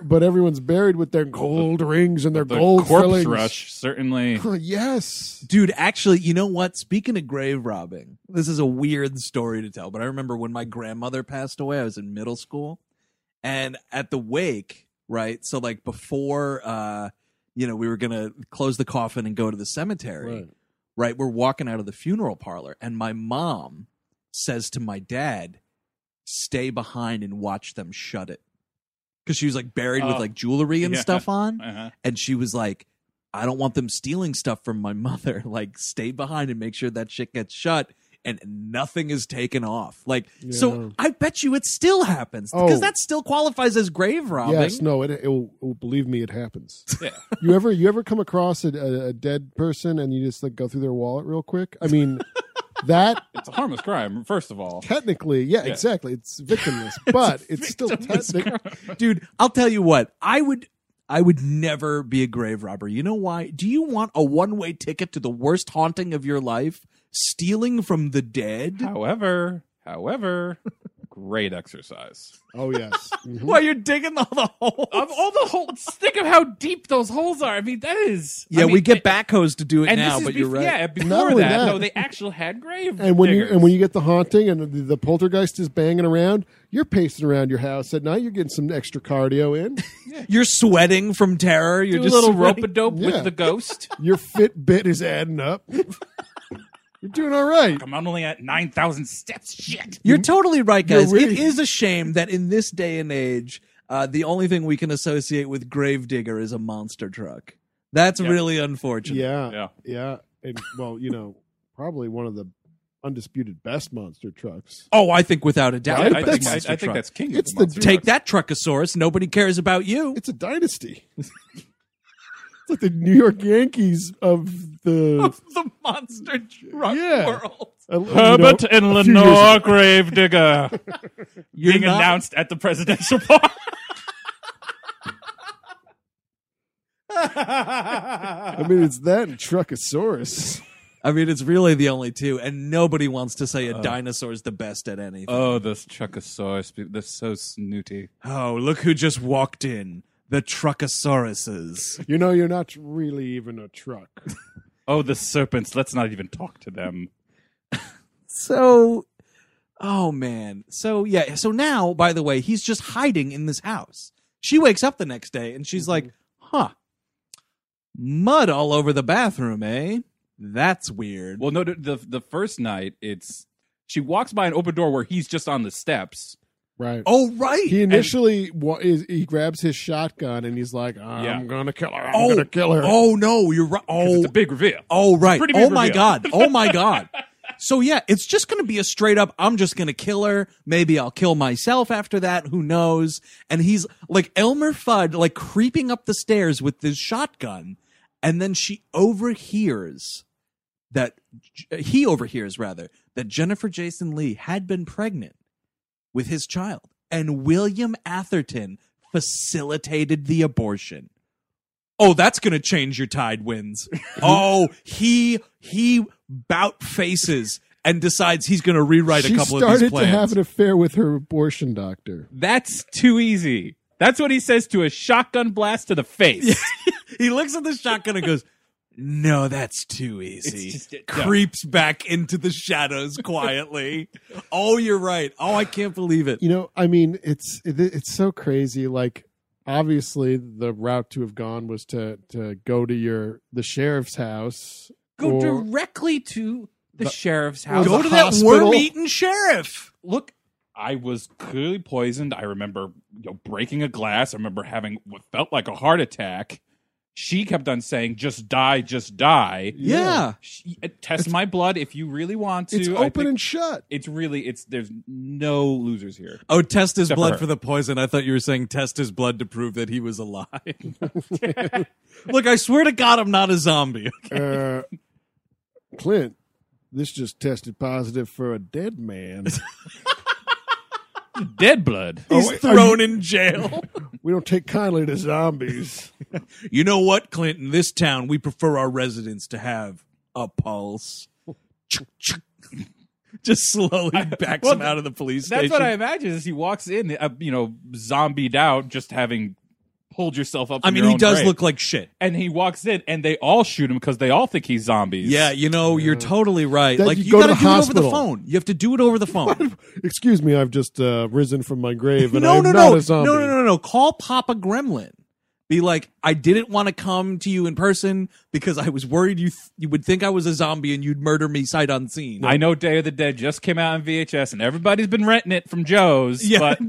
S4: but everyone's buried with their gold rings and their
S2: The
S4: gold
S2: corpse
S4: fillings.
S2: rush certainly.
S4: yes.
S1: Dude, actually, you know what? Speaking of grave robbing, this is a weird story to tell, but I remember when my grandmother passed away, I was in middle school. And at the wake, right? So like before uh, you know, we were going to close the coffin and go to the cemetery.
S4: Right.
S1: right? We're walking out of the funeral parlor, and my mom says to my dad, "Stay behind and watch them shut it," because she was like buried with
S2: Oh.
S1: like jewelry and
S2: Yeah.
S1: stuff on,
S2: Uh-huh.
S1: and she was like, "I don't want them stealing stuff from my mother. Like, stay behind and make sure that shit gets shut." And nothing is taken off. Like, so
S4: Yeah.
S1: I bet you it still happens because
S4: Oh.
S1: that still qualifies as grave robbing.
S4: Yes. No. It, it, will, it will- believe me, it happens.
S2: Yeah.
S4: You ever you ever come across a, a, a dead person and you just like go through their wallet real quick? I mean, that
S2: It's a harmless crime, first of all.
S4: technically, yeah,
S2: Yeah.
S4: exactly, it's victimless, but it's still technically.
S1: dude i'll tell you what i would i would never be a grave robber you know why do you want a one-way ticket to the worst haunting of your life stealing from the dead
S2: However, however, great exercise.
S4: Oh yes. Mhm.
S1: while you're digging all the holes
S2: Of all the holes, think of how deep those holes are. I mean, that is. I
S1: yeah we
S2: mean,
S1: get
S2: it-
S1: backhoes to do it
S2: And
S1: now
S2: this is
S1: but you're
S2: bef-
S1: right
S2: Yeah, before
S4: Not only
S2: that,
S4: that-
S2: no, they actually had grave.
S4: And when you
S2: diggers.
S4: and when you get the haunting and the, the poltergeist is banging around, you're pacing around your house at night. You're getting some extra cardio in.
S1: you're sweating from terror you're
S2: do a
S1: just
S2: little rope
S1: sweating.
S2: a dope
S4: Yeah.
S2: with the ghost.
S4: Your Fitbit is adding up. You're doing all right.
S2: I'm only at nine thousand steps. Shit.
S1: You're totally right,
S4: You're
S1: guys.
S4: really-
S1: It is a shame that in this day and age, uh, the only thing we can associate with Gravedigger is a monster truck. That's
S2: Yeah.
S1: really unfortunate.
S4: Yeah,
S2: Yeah.
S4: yeah. And well, you know, probably one of the undisputed best monster trucks.
S1: Oh, I think without a doubt.
S2: I,
S1: the
S2: I
S1: best
S2: think, I,
S1: monster
S2: I think
S1: truck.
S2: that's king.
S4: It's
S2: of
S4: the-
S2: monster
S1: Take
S2: trucks.
S1: that, Truckosaurus. Nobody cares about you.
S4: It's a dynasty. it's like the New York Yankees of the
S1: the monster truck
S4: Yeah.
S1: world.
S4: uh, you
S2: Herbert
S4: know,
S2: and
S4: a few years
S2: Lenore Gravedigger being
S1: not-
S2: announced at the presidential bar.
S4: I mean, it's that and Truckosaurus.
S1: I mean, it's really the only two, and nobody wants to say a dinosaur's the best at anything.
S2: Oh, this Chuckosaurus. They're so snooty.
S1: oh, look who just walked in. The Truckosauruses.
S4: You know, you're not really even a truck.
S2: Oh, the serpents. Let's not even talk to them.
S1: So, oh man. So, yeah. So now, by the way, he's just hiding in this house. She wakes up the next day and she's like, huh, mud all over the bathroom, eh? That's weird.
S2: Well, no, the the- the first night, it's she walks by an open door where he's just on the steps.
S4: Right.
S1: oh, right.
S4: He initially wa- is, he grabs his shotgun and he's like, "I'm
S2: Yeah.
S4: gonna kill her. I'm
S1: oh,
S4: gonna kill her."
S1: Oh, no. You're right.
S2: 'Cause
S1: Oh,
S2: It's a big reveal.
S1: Oh right.
S2: Pretty big
S1: Oh my
S2: reveal.
S1: god. Oh my god. So yeah, it's just going to be a straight up I'm just going to kill her. Maybe I'll kill myself after that, who knows. And he's like Elmer Fudd like creeping up the stairs with his shotgun and then she overhears that he overhears rather that Jennifer Jason Lee had been pregnant with his child and William Atherton facilitated the abortion. Oh, that's going to change your tide winds. oh, he he bout faces and decides he's going to rewrite
S4: she
S1: a couple
S4: started
S1: of these plans.
S4: to have an affair with her abortion doctor.
S2: That's too easy. That's what he says to a shotgun blast to the face.
S1: he looks at the shotgun and goes, "No, that's too easy."
S2: It's just- it- no.
S1: Creeps back into the shadows quietly. oh, you're right. Oh, I can't believe it.
S4: You know, I mean, it's it, it's so crazy. Like, obviously, the route to have gone was to to go to your the sheriff's house.
S2: Go
S4: or-
S2: directly to the, sheriff's house.
S1: Go
S4: the
S1: to that
S4: hospital.
S1: worm-eaten sheriff.
S2: Look, I was clearly poisoned. I remember you know, breaking a glass. I remember having what felt like a heart attack. She kept on saying, "Just die, just die."
S1: Yeah.
S2: She, uh, test my blood if you really want to.
S4: it's
S2: I
S4: open
S2: think
S4: and shut.
S2: it's really it's there's no losers here.
S1: Oh, test his
S2: Except for
S1: blood
S2: her.
S1: for the poison. I thought you were saying test his blood to prove that he was alive. Look, I swear to God, I'm not a zombie.
S4: Uh, Clint, this just tested positive for a dead man. Oh,
S2: Dead blood.
S1: He's
S4: wait, are
S1: thrown in jail.
S4: we don't take kindly to zombies.
S1: you know what, Clint? In this town, we prefer our residents to have a pulse. Just slowly backs
S2: well,
S1: him out of the police
S2: That's
S1: station.
S2: what I imagine. Is he walks in, uh, you know, zombied out, just having hold yourself up.
S1: I
S2: from
S1: mean,
S2: your
S1: he
S2: own
S1: does
S2: grave.
S1: look like shit.
S2: and he walks in, and they all shoot him because they all think he's zombies.
S1: Yeah, you know, you're totally right.
S4: Then
S1: like
S4: you
S1: you,
S4: go to
S1: gotta
S4: the
S1: do it over
S4: hospital.
S1: the phone. You have to do it over the phone.
S4: Excuse me, I've just uh, risen from my grave and
S1: no,
S4: I'm
S1: no,
S4: not
S1: no,
S4: a
S1: no,
S4: zombie.
S1: no, no, no. Call Papa Gremlin. Be like, I didn't want to come to you in person because I was worried you th- you would think I was a zombie and you'd murder me sight unseen.
S2: I know Day of the Dead just came out on VHS, and everybody's been renting it from Joe's.
S1: yeah.
S2: but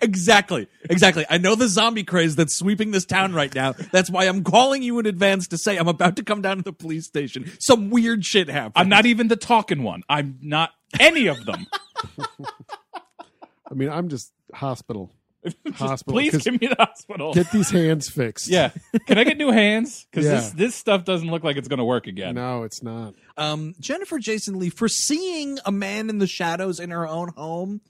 S1: exactly. Exactly. I know the zombie craze that's sweeping this town right now. That's why I'm calling you in advance to say I'm about to come down to the police station. Some weird shit happened.
S2: I'm not even the talking one. I'm not any of them.
S4: I mean, I'm just hospital. hospital.
S2: Please
S4: 'cause
S2: give me the hospital.
S4: get these hands fixed.
S2: yeah, can I get new hands? Because
S4: Yeah.
S2: this this stuff doesn't look like it's going to work again.
S4: No, it's not.
S1: um, Jennifer Jason Lee for seeing a man in the shadows in her own home,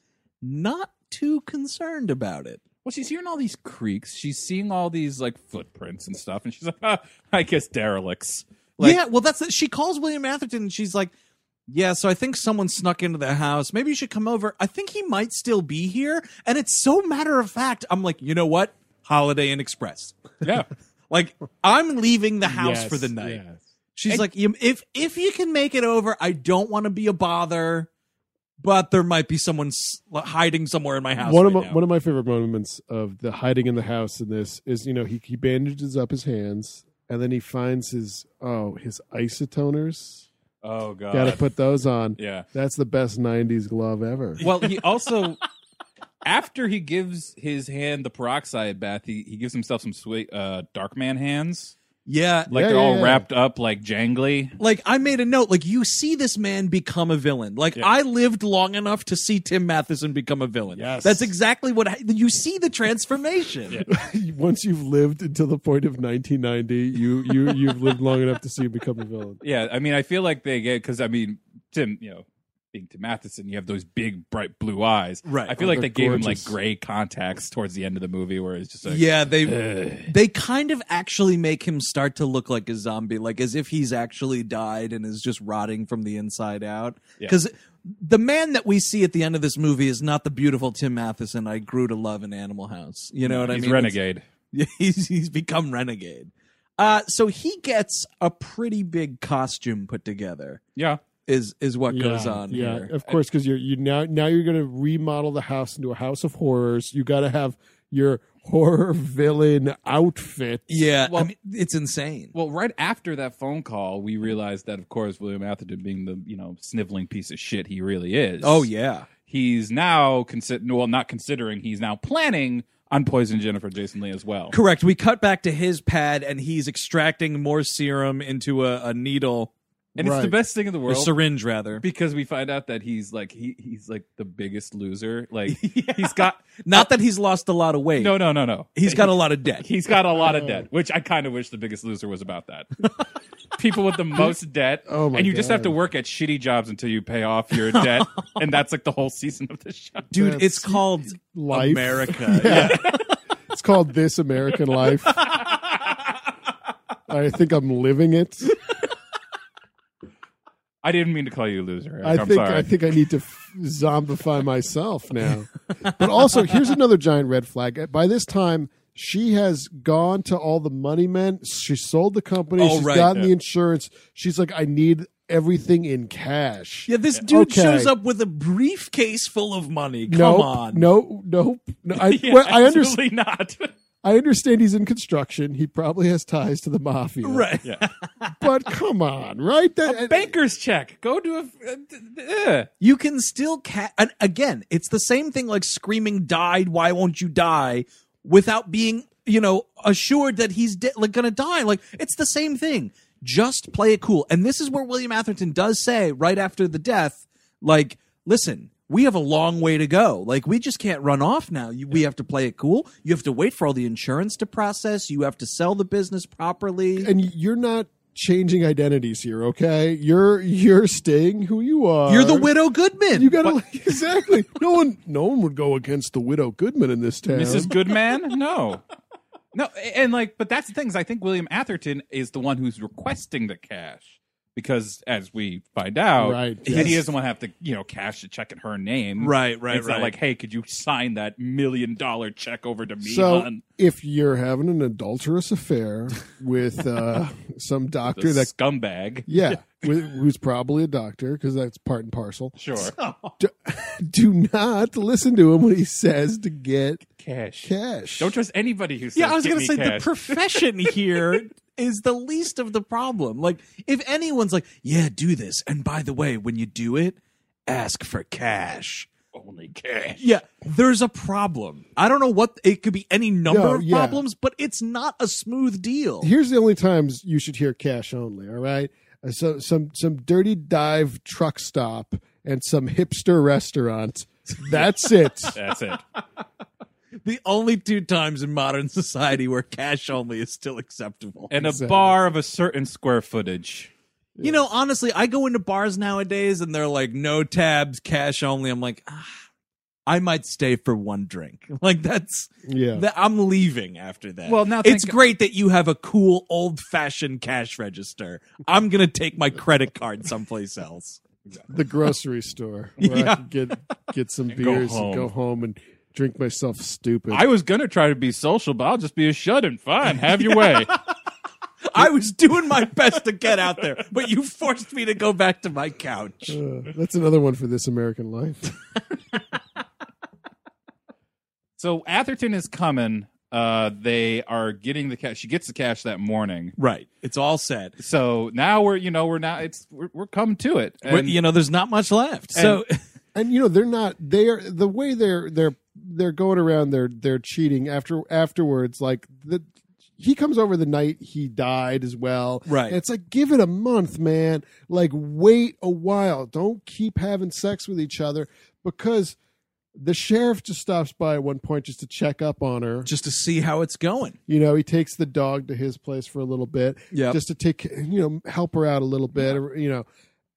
S1: not too concerned about it.
S2: Well, she's hearing all these creaks. She's seeing all these like footprints and stuff, and she's like, ah, I guess derelicts. Like,
S1: yeah, well, that's she calls William Atherton and she's like, "Yeah, so I think someone snuck into the house. Maybe you should come over. I think he might still be here." And it's so matter of fact. I'm like, you know what? Holiday Inn Express.
S2: yeah.
S1: Like, I'm leaving the house for the
S4: Yes,
S1: night.
S4: yes.
S1: She's like, "You- if if you can make it over, I don't want to be a bother, but there might be someone s- hiding somewhere in my house.
S4: one of
S1: right
S4: my,
S1: now."
S4: one of my favorite moments of the hiding in the house in this is you know he he bandages up his hands and then he finds his oh his isotoners.
S2: Oh god.
S4: Got to put those on.
S2: yeah.
S4: That's the best '90s glove ever.
S2: Well, he also after he gives his hand the peroxide bath, he, he gives himself some sweet uh, dark man hands,
S1: yeah,
S2: like
S4: Yeah,
S2: they're
S4: yeah,
S2: all
S4: yeah.
S2: wrapped up, like jangly.
S1: like I made a note. Like you see this man become a villain. Like I lived long enough to see Tim Matheson become a villain.
S2: Yes.
S1: that's exactly what I, you see the transformation.
S4: Once you've lived until the point of 1990, you you you've lived long enough to see him become a villain.
S2: Yeah, I mean, I feel like they get because I mean, Tim, you know, being Tim Matheson, you have those big bright blue eyes.
S1: Right.
S2: I feel
S4: Oh,
S2: like
S4: they're
S2: they gave him like
S4: gorgeous.
S2: gray contacts towards the end of the movie, where it's just like,
S1: yeah, they they kind of actually make him start to look like a zombie, like as if he's actually died and is just rotting from the inside out. Because the man that we see at the end of this movie is not the beautiful Tim Matheson I grew to love in Animal House. You know what I
S2: he's
S1: mean? It's-
S2: renegade.
S1: Yeah, he's he's become renegade. Uh, so he gets a pretty big costume put together.
S2: Yeah.
S1: Is is what goes on
S4: yeah,
S1: here?
S4: of course, because you're you now now you're going to remodel the house into a house of horrors. You got to have your horror villain outfit.
S1: Yeah, I
S2: Well-
S1: mean it's insane.
S2: Well, right after that phone call, we realized that, of course, William Atherton, being the you know sniveling piece of shit he really is.
S1: oh yeah,
S2: he's now consider well not considering he's now planning on poisoning Jennifer Jason Lee as well.
S1: correct. We cut back to his pad, and he's extracting more serum into a, a needle,
S2: And it's the
S4: Right.
S2: best thing in the
S1: or
S2: world
S1: syringe rather.
S2: because we find out that he's like he he's like the biggest loser. Like he's got
S1: Not that he's lost a lot of weight.
S2: no no no no.
S1: he's got a lot of debt.
S2: He's got a lot
S4: Oh.
S2: of debt, which I kind of wish the biggest loser was about that. People with the most debt,
S4: Oh my
S2: and you just have
S4: God.
S2: to work at shitty jobs until you pay off your debt, and that's like the whole season of the show.
S1: Dude,
S4: That's
S1: it's called
S4: life.
S1: America.
S4: It's called This American Life. I think I'm living it.
S2: I didn't mean to call you a loser.
S4: I
S2: I'm
S4: think
S2: sorry.
S4: I think I need to f- zombify myself now. But also, here's another giant red flag. Uh, By this time, she has gone to all the money men. She sold the company.
S1: Oh,
S4: She's
S1: right,
S4: gotten
S2: yeah.
S4: the insurance. She's like, I need everything in cash.
S1: Yeah, this dude
S4: Okay.
S1: shows up with a briefcase full of money. Come
S4: nope,
S1: on.
S4: No, nope. No, I,
S2: Yeah,
S4: well, I, under-
S2: absolutely not.
S4: I understand he's in construction. He probably has ties to the mafia.
S1: Right.
S2: yeah.
S4: But come on, right? That,
S2: A banker's check. Go to a. Uh, d- d- uh.
S1: you can still ca- and again it's the same thing like screaming died why won't you die without being you know assured that he's de- like gonna die like it's the same thing just play it cool and this is where william atherton does say right after the death like listen we have a long way to go like we just can't run off now you, we have to play it cool you have to wait for all the insurance to process you have to sell the business properly
S4: and you're not changing identities here, okay? You're you're staying who you are.
S1: you're the widow goodman
S4: You gotta exactly. No one, no one would go against the widow Goodman in this town.
S2: Mrs. Goodman? No. No, and like, but that's the thing. Is I think William Atherton is the one who's requesting the cash. because as we find out,
S4: Right,
S2: then he
S4: yes.
S2: doesn't want to have to you know cash a check in her name,
S1: Right, right,
S2: It's
S1: right.
S2: not like, hey, could you sign that million dollar check over to me?
S4: So
S2: hon?
S4: if you're having an adulterous affair with uh, some
S2: The
S4: doctor that,
S2: scumbag.
S4: yeah, with, who's probably a doctor because that's part and parcel,
S2: Sure,
S4: do not listen to him when he says to get
S2: cash.
S4: cash.
S2: Don't trust anybody who says.
S1: Yeah, I was
S2: "Get
S1: gonna
S2: me
S1: say the
S2: cash."
S1: profession here is the least of the problem. Like, if anyone's like, "Yeah, do this," and by the way, when you do it, ask for cash.
S2: only cash.
S1: Yeah, there's a problem. I don't know what it could be. Any number
S4: No,
S1: of
S4: yeah.
S1: problems, but it's not a smooth deal.
S4: Here's the only times you should hear cash only. All right, Uh, so some some dirty dive truck stop and some hipster restaurant. That's it.
S2: That's it.
S1: The only two times in modern society where cash only is still acceptable.
S2: And a bar of a certain square footage.
S1: You know, honestly, I go into bars nowadays and they're like, no tabs, cash only. I'm like, ah, I might stay for one drink. Like that's,
S4: Yeah.
S1: that- I'm leaving after that.
S2: Well, now
S1: it's
S2: think-
S1: great that you have a cool old fashioned cash register. I'm gonna take my credit card someplace else.
S4: the grocery store where I can get get some
S2: go
S4: beers
S2: home.
S4: and go home and drink myself stupid.
S2: I was gonna try to be social, but I'll just be a shut in. Fine, have your way.
S1: I was doing my best to get out there, but you forced me to go back to my couch.
S4: Uh, that's another one for this American life.
S2: so Atherton is coming. Uh, they are getting the cash. She gets the cash that morning.
S1: Right. It's all set.
S2: So now we're you know we're not it's we're, we're coming to it.
S1: But, you know, there's not much left. so
S4: And you know they're not they are the way they're they're they're going around they're they're cheating after afterwards like the he comes over the night he died as well.
S1: Right.
S4: And it's like give it a month, man. Like wait a while. Don't keep having sex with each other because the sheriff just stops by at one point just to check up on her.
S1: just to see how it's going.
S4: You know, he takes the dog to his place for a little bit,
S1: Yep.
S4: just to take you know help her out a little bit, or, you know,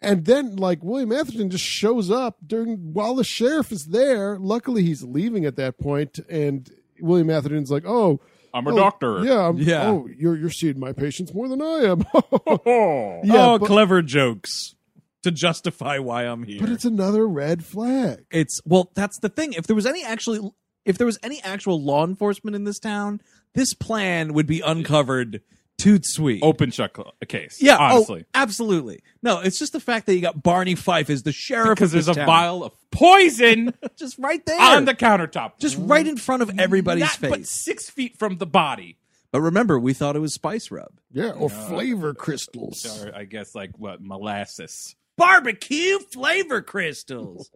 S4: and then like William Atherton just shows up during while the sheriff is there. Luckily, he's leaving at that point, and William Atherton's like, "Oh,
S2: I'm a
S4: oh,
S2: doctor.
S4: yeah, I'm,
S1: Yeah.
S4: Oh, you're you're seeing my patients more than I am." Yeah,
S1: oh,
S4: but-
S1: clever jokes to justify why I'm here.
S4: but it's another red flag.
S1: it's well, that's the thing. If there was any actually, if there was any actual law enforcement in this town, this plan would be uncovered toot sweet.
S2: Open check a case.
S1: yeah, oh,
S2: Oh, honestly,
S1: absolutely. No, it's just the fact that you got Barney Fife as the sheriff of
S2: because there's a
S1: this town.
S2: vial of poison
S1: just right there
S2: on the countertop,
S1: just right in front of everybody's
S2: Not
S1: face.
S2: but six feet from the body.
S1: but remember, we thought it was spice rub.
S4: Yeah, or flavor crystals.
S2: Or I guess like what molasses.
S1: Barbecue flavor crystals.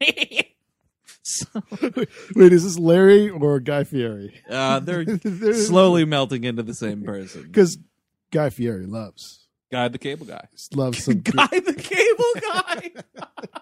S4: Wait, is this Larry or Guy Fieri?
S1: Uh, they're slowly melting into the same person.
S4: because Guy Fieri loves
S2: Guy the cable guy.
S4: loves some good-
S1: Guy the cable guy.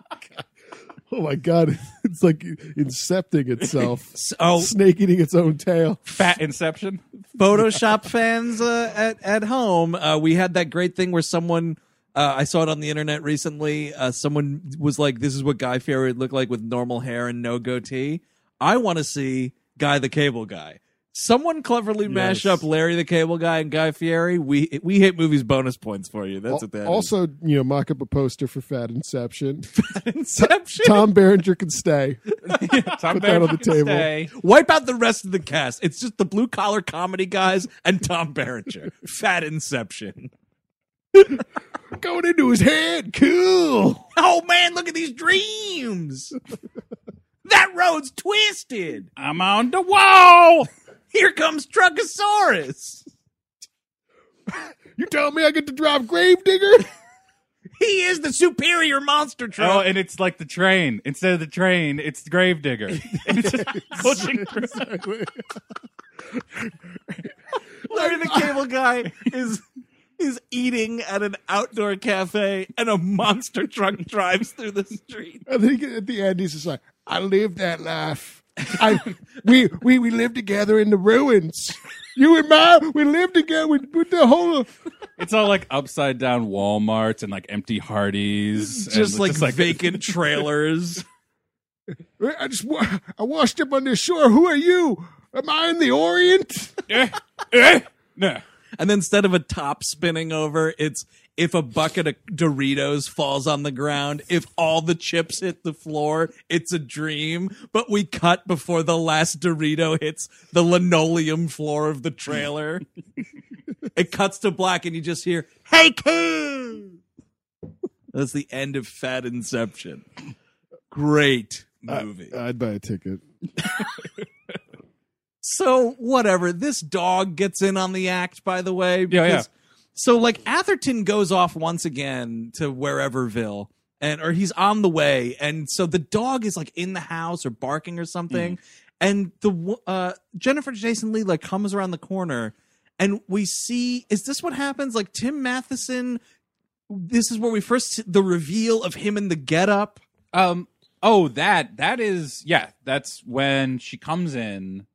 S4: Oh my god, it's like incepting itself.
S1: oh,
S4: Snake eating its own tail.
S2: Fat Inception.
S1: Photoshop fans uh, at at home, uh, we had that great thing where someone. Uh, I saw it on the internet recently. Uh, someone was like, "This is what Guy Fieri would look like with normal hair and no goatee." I want to see Guy the Cable Guy. Someone cleverly mash
S4: Yes.
S1: up Larry the Cable Guy and Guy Fieri. We we hit movies bonus points for you. That's what that is.
S4: also, you know, mock up a poster for Fat Inception.
S1: Inception.
S4: Tom Berenger can stay.
S2: Tom
S4: Put that on the
S2: Berenger
S4: table.
S2: stay.
S1: Wipe out the rest of the cast. It's just the blue collar comedy guys and Tom Berenger. Fat Inception.
S4: Going into his head, cool.
S1: Oh man, look at these dreams. that road's twisted.
S2: I'm on the wall.
S1: Here comes Truckosaurus.
S4: You tell me I get to drive Gravedigger?
S1: He is the superior monster
S2: Oh,
S1: truck.
S2: and it's like the train. Instead of the train, it's the Gravedigger. It's just pushing through.
S1: Larry the Cable Guy is is eating at an outdoor cafe, and a monster truck drives through the street.
S4: And then he, at the end, he's just like, "I lived that life. I we we we lived together in the ruins. You and my, we lived together with, with the whole."
S2: It's all like upside down Walmarts and like empty Hardee's. and
S1: Just like,
S2: like
S1: vacant trailers.
S4: I just wa- I washed up on this shore. Who are you? Am I in the Orient?
S2: eh, eh, no.
S1: And then instead of a top spinning over, it's if a bucket of Doritos falls on the ground, if all the chips hit the floor, it's a dream. But we cut before the last Dorito hits the linoleum floor of the trailer. it cuts to black, and you just hear, "Hey, Coo!" That's the end of Fat Inception. Great
S2: Uh,
S1: movie.
S4: I'd buy a ticket.
S1: So whatever. This dog gets in on the act, by the way.
S2: yeah.
S1: because- So like Atherton goes off once again to whereverville, and or he's on the way, and so the dog is like in the house or barking or something, and the wo- uh, Jennifer Jason Lee like comes around the corner, and we see is this what happens? Like Tim Matheson. This is where we first see the reveal of him in the getup.
S2: Um. Oh, that that is yeah. That's when she comes in.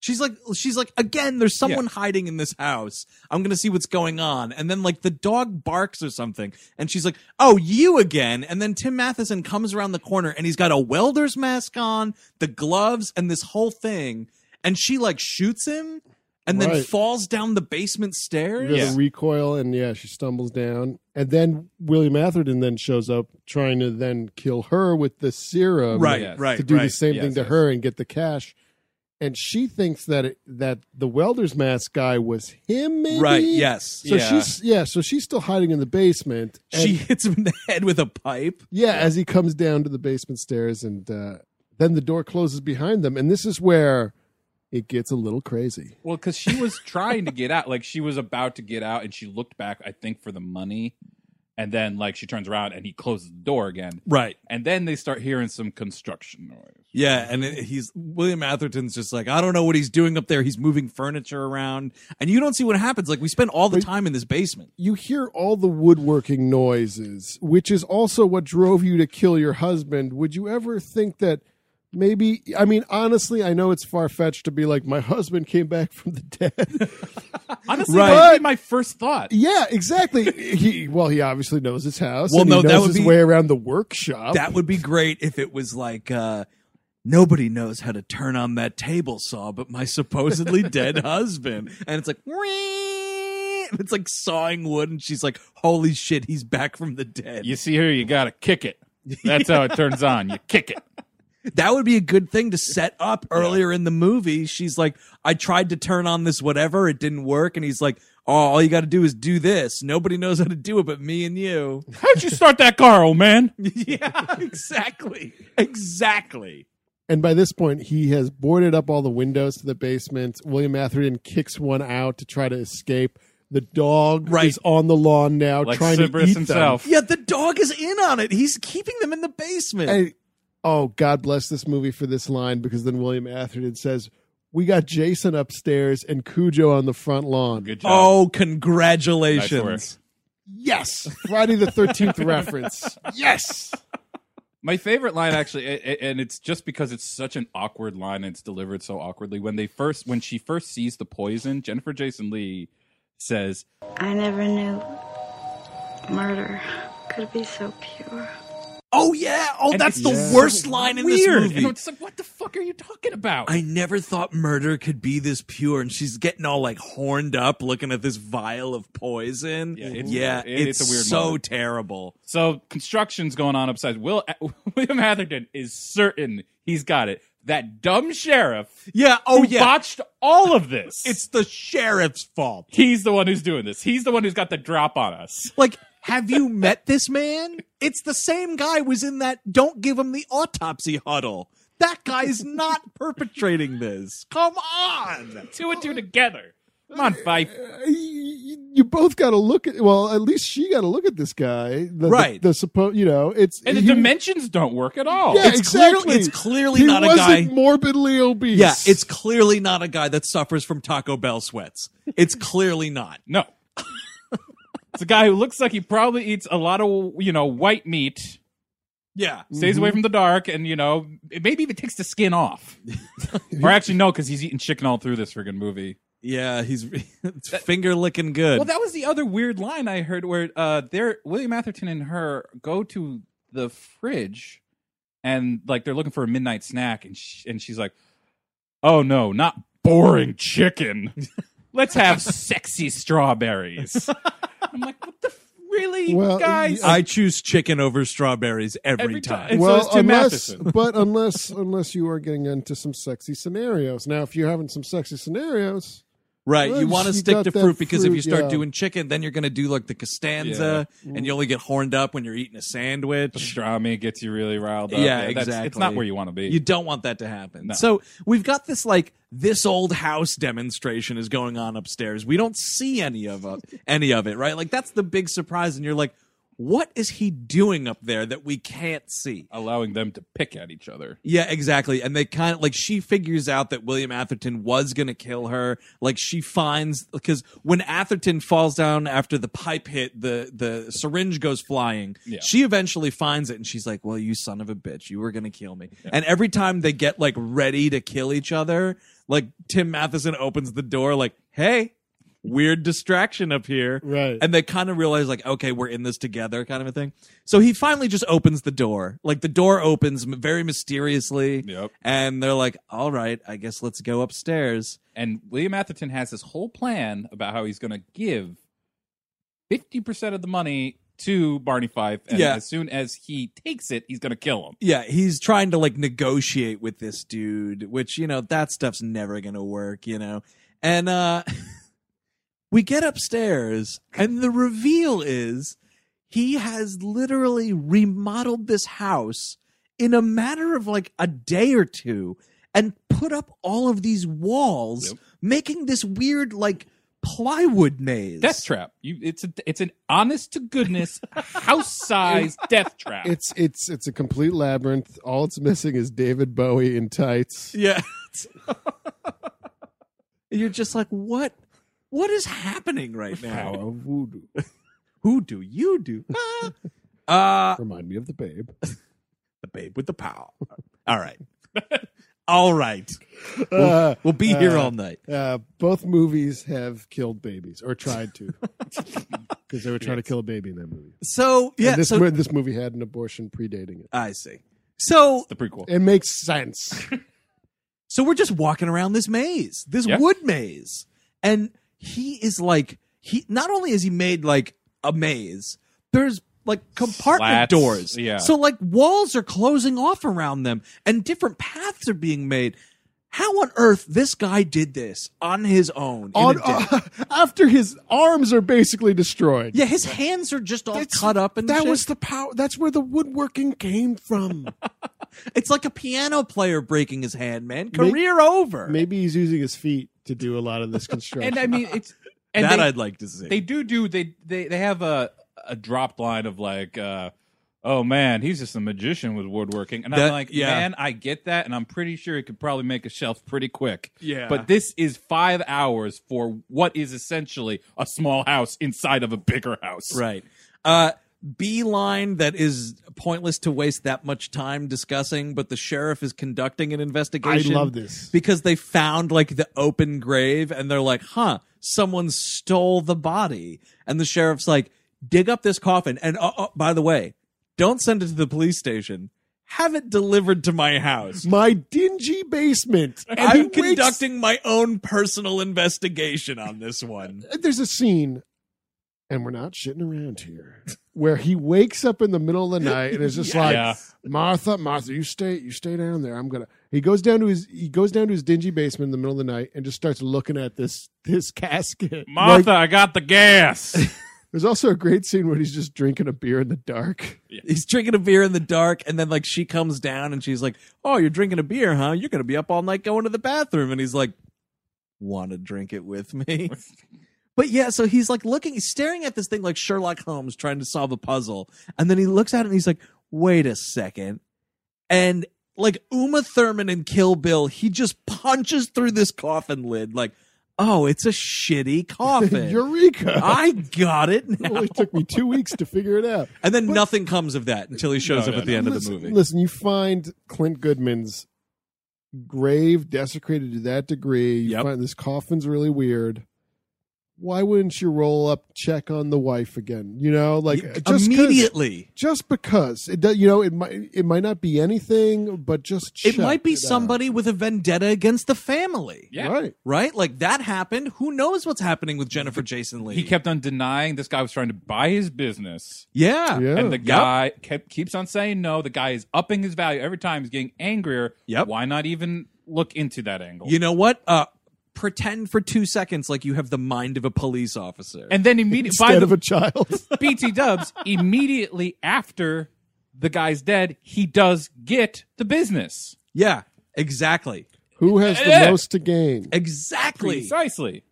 S1: She's like, she's like, again, there's someone hiding in this house. I'm gonna see what's going on. And then like the dog barks or something, and she's like, oh, you again. And then Tim Matheson comes around the corner and he's got a welder's mask on, the gloves, and this whole thing. And she like shoots him, and then
S4: Right.
S1: falls down the basement stairs.
S4: There's a recoil, and yeah, she stumbles down, and then William Atherton then shows up trying to then kill her with the serum,
S1: Right,
S2: Yes.
S1: right,
S4: to do the
S1: right.
S4: same
S2: Yes,
S4: thing to
S2: yes.
S4: her and get the cash. And she thinks that it, that the welder's mask guy was him, maybe.
S1: Right, yes.
S4: So
S2: Yeah.
S4: she's yeah. So she's still hiding in the basement. and-
S1: She hits him in the head with a pipe.
S4: yeah, as he comes down to the basement stairs, and uh, then the door closes behind them, and this is where it gets a little crazy.
S2: Well, because she was trying to get out, like she was about to get out, and she looked back, I think, for the money, and then like she turns around and he closes the door again,
S1: Right.
S2: and then they start hearing some construction noise.
S1: Yeah, and it- he's William Atherton's just like I don't know what he's doing up there. He's moving furniture around, and you don't see what happens. Like we spend all the time in this basement.
S4: you hear all the woodworking noises, which is also what drove you to kill your husband. Would you ever think that maybe? I mean, honestly, I know it's far fetched to be like, my husband came back from the dead.
S2: Honestly,
S1: Right.
S2: that would be my first thought.
S4: yeah, exactly. He well, he obviously knows his house.
S1: Well,
S4: and
S1: no,
S4: he
S1: that
S4: knows
S1: would
S4: his
S1: be-
S4: way around the workshop.
S1: That would be great if it was like uh nobody knows how to turn on that table saw but my supposedly dead husband. And it's like "Wee!" it's like sawing wood and she's like, Holy shit, he's back from the dead.
S2: You see here, you gotta kick it. That's how it turns on. You kick it.
S1: That would be a good thing to set up earlier in the movie. She's like, I tried to turn on this whatever, it didn't work, and he's like, Oh, all you gotta do is do this. Nobody knows how to do it but me and you.
S2: How'd you start that car, old man?
S1: yeah, exactly. Exactly.
S4: And by this point, he has boarded up all the windows to the basement. William Atherton kicks one out to try to escape. The dog
S1: Right.
S4: is on the lawn now,
S2: Like
S4: trying to
S2: Cerberus
S4: eat them.
S2: himself.
S1: Yeah, the dog is in on it. He's keeping them in the basement.
S4: Hey, oh, God bless this movie for this line because then William Atherton says, We got Jason upstairs and Cujo on the front lawn.
S2: Good job.
S1: oh, congratulations.
S2: Nice
S4: Yes. Friday the 13th reference. Uh, Yes.
S2: My favorite line, actually, a- a- and it's just because it's such an awkward line and it's delivered so awkwardly. When they first, when she first sees the poison, Jennifer Jason Lee says,
S6: I never knew murder could be so pure.
S1: Oh, yeah. Oh,
S2: And
S1: that's
S2: it's
S1: the
S4: so
S1: worst line in
S2: "Weird."
S1: this
S2: And
S1: movie.
S2: it's like, what the fuck are you talking about?
S1: I never thought murder could be this pure. And she's getting all like horned up looking at this vial of poison. Yeah,
S2: Yeah,
S1: it's,
S2: it's- it-
S1: it's,
S2: it's a weird
S1: so
S2: moment.
S1: terrible.
S2: so construction's going on upside. Will William Atherton is certain he's got it. That dumb sheriff.
S1: Yeah. Oh,
S2: who
S1: yeah.
S2: Botched all of this.
S1: it's the sheriff's fault.
S2: he's the one who's doing this. He's the one who's got the drop on us.
S1: Like, have you met this man? It's the same guy was in that don't give him the autopsy huddle. That guy is not perpetrating this. Come on.
S2: Two and two together. Come on, Fife.
S4: You, you both got to look at, well, at least she got to look at this guy. The- the-
S1: Right.
S4: The, suppo- you know, it's.
S2: And the
S4: he-
S2: dimensions don't work at all.
S4: Yeah,
S1: It's
S4: exactly.
S1: clearly- it's clearly
S4: He
S1: not a
S4: wasn't
S1: guy-
S4: morbidly obese.
S1: Yeah, it's clearly not a guy that suffers from Taco Bell sweats. It's clearly not.
S2: No. it's a guy who looks like he probably eats a lot of, you know, white meat,
S1: Yeah.
S2: stays away from the dark, and, you know, it maybe even takes the skin off. or actually, no, because he's eating chicken all through this friggin' movie.
S1: Yeah, he's it's finger licking good.
S2: Well, that was the other weird line I heard where uh, they're, William Atherton and her go to the fridge and, like, they're looking for a midnight snack, and, sh- and she's like, oh no, not boring chicken. Let's have sexy strawberries. I'm like, what the Really,
S4: Well,
S2: guys?
S1: I choose chicken over strawberries every,
S2: Every
S1: time.
S2: time. And so
S4: well,
S2: is Jim
S4: unless,
S2: Matheson.
S4: but unless, unless you are getting into some sexy scenarios. Now, if you're having some sexy scenarios,
S1: Right.
S4: Well,
S1: you want to
S4: you
S1: stick
S4: got
S1: to
S4: that
S1: fruit because if
S4: fruit,
S1: you start
S4: yeah.
S1: doing chicken, then you're going to do like the Costanza and you only get horned up when you're eating a sandwich.
S2: Pastrami gets you really riled up.
S1: Yeah,
S2: that's-
S1: exactly.
S2: It's not where you want to be.
S1: You don't want that to happen.
S2: No.
S1: So we've got this like this old house demonstration is going on upstairs. We don't see any of it, any of it, right? Like that's the big surprise, and you're like, what is he doing up there that we can't see?
S2: allowing them to pick at each other.
S1: Yeah, exactly. And they kind of like she figures out that William Atherton was going to kill her. Like she finds because when Atherton falls down after the pipe hit, the the syringe goes flying.
S2: Yeah.
S1: She eventually finds it and she's like, "Well, you son of a bitch, you were going to kill me." And every time they get like ready to kill each other, like Tim Matheson opens the door like, "Hey, weird distraction up here."
S4: Right.
S1: And they kind of realize like, okay, we're in this together kind of a thing. So he finally just opens the door. Like the door opens m- very mysteriously.
S2: Yep.
S1: And they're like, all right, I guess let's go upstairs.
S2: And William Atherton has this whole plan about how he's going to give 50% of the money to Barney Fife. And
S1: Yeah.
S2: as soon as he takes it, he's going to kill him.
S1: Yeah, he's trying to like negotiate with this dude, which, you know, that stuff's never going to work, you know. And uh we get upstairs and the reveal is he has literally remodeled this house in a matter of like a day or two and put up all of these walls
S2: Yep.
S1: making this weird like plywood maze.
S2: Death trap. You, it's a, it's an honest to goodness house size death trap.
S4: it's it's it's a complete labyrinth. All it's missing is David Bowie in tights.
S1: Yeah. You're just like, what? What is happening right now?
S4: Power of voodoo.
S1: Who do you do? uh
S4: Remind me of the Babe.
S1: the babe with the pow. All right. all right.
S4: Uh,
S1: We'll be here
S4: uh,
S1: all night.
S4: Uh, both movies have killed babies or tried to, because they were trying to kill a baby in that movie.
S1: So
S4: And
S1: yeah,
S4: this
S1: so
S4: mo- this movie had an abortion predating it.
S1: I see. So
S2: the prequel.
S4: It makes sense.
S1: So we're just walking around this maze, this
S2: Yeah.
S1: wood maze. And he is like he not only is he made like a maze, there's like compartment
S2: Slats,
S1: doors.
S2: yeah.
S1: So like walls are closing off around them and different paths are being made. How on earth this guy did this on his own? in a
S4: On- uh,
S1: day?
S4: after his arms are basically destroyed.
S1: yeah, his hands are just all cut up and
S4: that
S1: shit.
S4: was the power. That's where the woodworking came from.
S1: it's like a piano player breaking his hand, man. Career over.
S4: Maybe he's using his feet to do a lot of this construction.
S2: And I mean, it's. And
S1: that
S2: they,
S1: I'd like to see.
S2: they do do they they they have a a dropped line of like uh oh man he's just a magician with woodworking and
S1: That-
S2: i'm like
S1: yeah.
S2: man i get that and i'm pretty sure he could probably make a shelf pretty quick
S1: Yeah.
S2: but this is five hours for what is essentially a small house inside of a bigger house
S1: Right. Uh, beeline that is pointless to waste that much time discussing, but the sheriff is conducting an investigation.
S4: I love this.
S1: Because they found like the open grave and they're like, huh, someone stole the body. And the sheriff's like, dig up this coffin. And uh, uh, by the way, don't send it to the police station. Have it delivered to my house.
S4: my dingy basement. And he
S1: I'm
S4: wakes-
S1: conducting my own personal investigation on this one.
S4: There's a scene, and we're not shitting around here, where he wakes up in the middle of the night and is just like,
S2: Yeah.
S4: Martha, Martha, you stay, you stay down there. I'm gonna. He goes down to his, he goes down to his dingy basement in the middle of the night and just starts looking at this, this casket.
S2: martha
S4: Like,
S2: i got the gas
S4: there's also a great scene where he's just drinking a beer in the dark.
S1: He's drinking a beer in the dark, and then like she comes down and she's like, "Oh, you're drinking a beer, huh? You're gonna be up all night going to the bathroom." And he's like, "Want to drink it with me?" but yeah, so he's like looking, he's staring at this thing like Sherlock Holmes trying to solve a puzzle, and then he looks at it and he's like, "Wait a second. and like Uma Thurman and Kill Bill, he just punches through this coffin lid like, "Oh, it's a shitty coffin."
S4: Eureka!
S1: I got it
S4: it
S1: now.
S4: only took me two weeks to figure it out.
S1: And then nothing comes of that until he shows
S2: No,
S1: up
S2: no,
S1: at the
S2: no.
S1: end of
S4: listen,
S1: the movie.
S4: Listen, you find Clint Goodman's grave desecrated to that degree. You
S1: Yep.
S4: find this coffin's really weird. why wouldn't you roll up, check on the wife again? You know, like uh, just 'cause-
S1: immediately.
S4: just because it does, you know, it might it might not be anything, but just
S1: It
S4: check
S1: might be
S4: it out.
S1: somebody with a vendetta against the family.
S2: Yeah.
S4: right?
S1: Right? Like that happened. Who knows what's happening with Jennifer Jason Lee?
S2: He kept on denying this guy was trying to buy his business.
S1: Yeah.
S4: Yeah.
S2: And the guy kept, keeps on saying no. The guy is upping his value every time. He's getting angrier.
S1: Yep.
S2: Why not even look into that angle?
S1: You know what? Uh pretend for 2 seconds like you have the mind of a police officer.
S2: and then immediately, by
S4: Instead of
S2: the
S4: a child,
S2: BT dubs, immediately after the guy's dead, he does get the business.
S1: yeah, exactly.
S4: who has the
S2: Yeah.
S4: most to gain?
S1: Exactly.
S2: Precisely.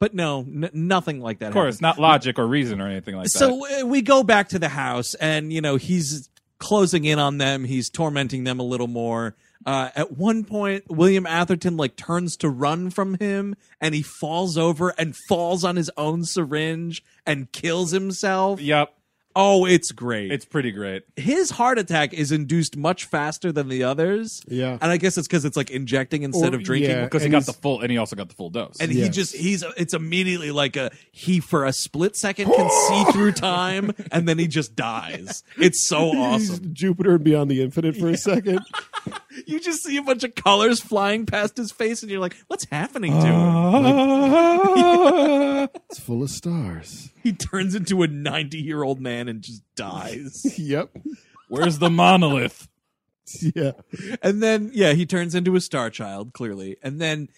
S1: But no, n- nothing like that.
S2: Of course, not logic or reason or anything like that.
S1: so uh, we go back to the house and you know he's closing in on them he's tormenting them a little more uh, at one point william atherton like turns to run from him and he falls over and falls on his own syringe and kills himself
S2: Yep.
S1: oh it's great
S2: It's pretty great.
S1: his heart attack is induced much faster than the others
S4: Yeah.
S1: and i guess it's because it's like injecting instead
S4: Or-
S1: of drinking
S4: yeah.
S2: Because he
S4: And
S2: got
S4: he's-
S2: the full, and he also got the full dose.
S1: and he
S4: Yes.
S1: just he's it's immediately like a he for a split second can see through time and then he just dies it's so
S4: He's
S1: awesome
S4: Jupiter and Beyond the Infinite for a second.
S1: you just see a bunch of colors flying past his face and you're like what's happening to
S4: Uh.
S1: him
S4: it's full of stars.
S1: he turns into a 90 year old man and just dies
S4: Yep.
S2: Where's the monolith?
S4: Yeah.
S1: and then yeah he turns into a star child clearly and then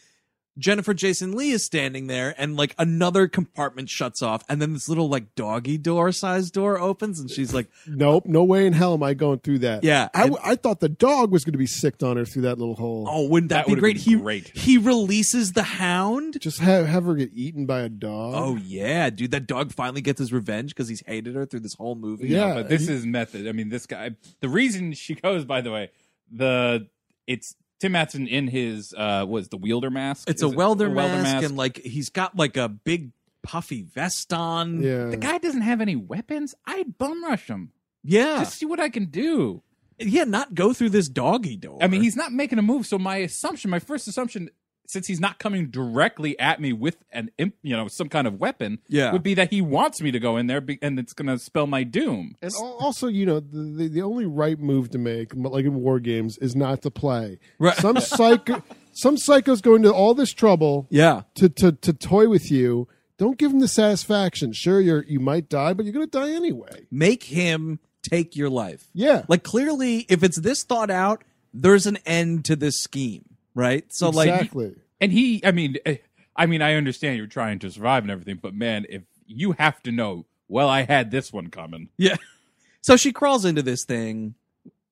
S1: jennifer jason lee is standing there and like another compartment shuts off and then this little like doggy door size door opens and she's like
S4: Nope. No way in hell am I going through that.
S1: Yeah,
S4: I,
S1: and-
S4: I thought the dog was going to be sicked on her through that little hole.
S1: Oh, wouldn't that,
S2: That
S1: be
S2: would've
S1: great?
S2: been
S1: He
S2: great.
S1: he releases the hound.
S4: Just have have her get eaten by a dog.
S1: Oh yeah, dude, that dog finally gets his revenge because he's hated her through this whole movie.
S4: Yeah.
S2: but this is method. I mean, this guy. The reason she goes, by the way, the it's Tim Matson in his uh was the wielder mask.
S1: it's
S2: Is
S1: a
S2: it
S1: welder, mask, and like he's got like a big puffy vest on.
S4: yeah.
S2: the guy doesn't have any weapons. I'd bum rush him.
S1: yeah,
S2: Just see what I can do.
S1: yeah. Not go through this doggy door.
S2: I mean, he's not making a move. So my assumption, my first assumption, since he's not coming directly at me with an imp, you know some kind of weapon,
S1: Yeah.
S2: would be that he wants me to go in there, be, and it's gonna spell my doom.
S4: And al- also, you know, the, the, the only right move to make, m- like in war games, is not to play.
S1: Right.
S4: Some psycho, some psychos go into all this trouble
S1: yeah.
S4: to, to to toy with you. Don't give them the satisfaction. Sure, you're you might die, but you're going to die anyway.
S1: Make him take your life.
S4: Yeah.
S1: like clearly, if it's this thought out, there's an end to this scheme, right? So like,
S4: exactly.
S2: and he i mean eh, i mean i understand you're trying to survive and everything but man if you have to know well i had this one coming
S1: Yeah. So she crawls into this thing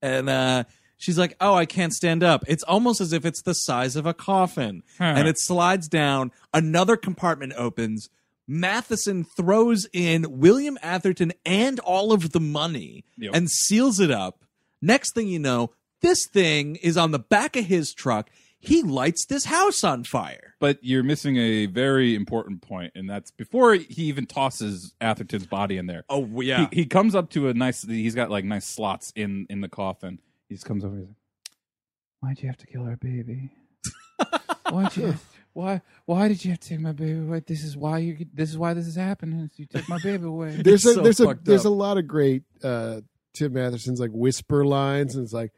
S1: and uh she's like, "Oh, I can't stand up." It's almost as if it's the size of a coffin. And it slides down, another compartment opens. Matheson throws in William Atherton and all of the money
S2: Yep.
S1: and seals it up. Next thing you know, this thing is on the back of his truck. He lights this house on fire.
S2: but you're missing a very important point and that's before he even tosses atherton's body in there
S1: Oh,
S2: he, he comes up to a nice he's got like nice slots in in the coffin he just comes over he's like why'd you have to kill our baby why'd you why why did you have to take my baby away this is why you this is why this is happening is you took my baby away
S4: There's a
S1: so
S4: there's a
S1: fucked
S4: there's a
S1: up.
S4: lot of great uh, Tim Matheson's like whisper lines, and it's like,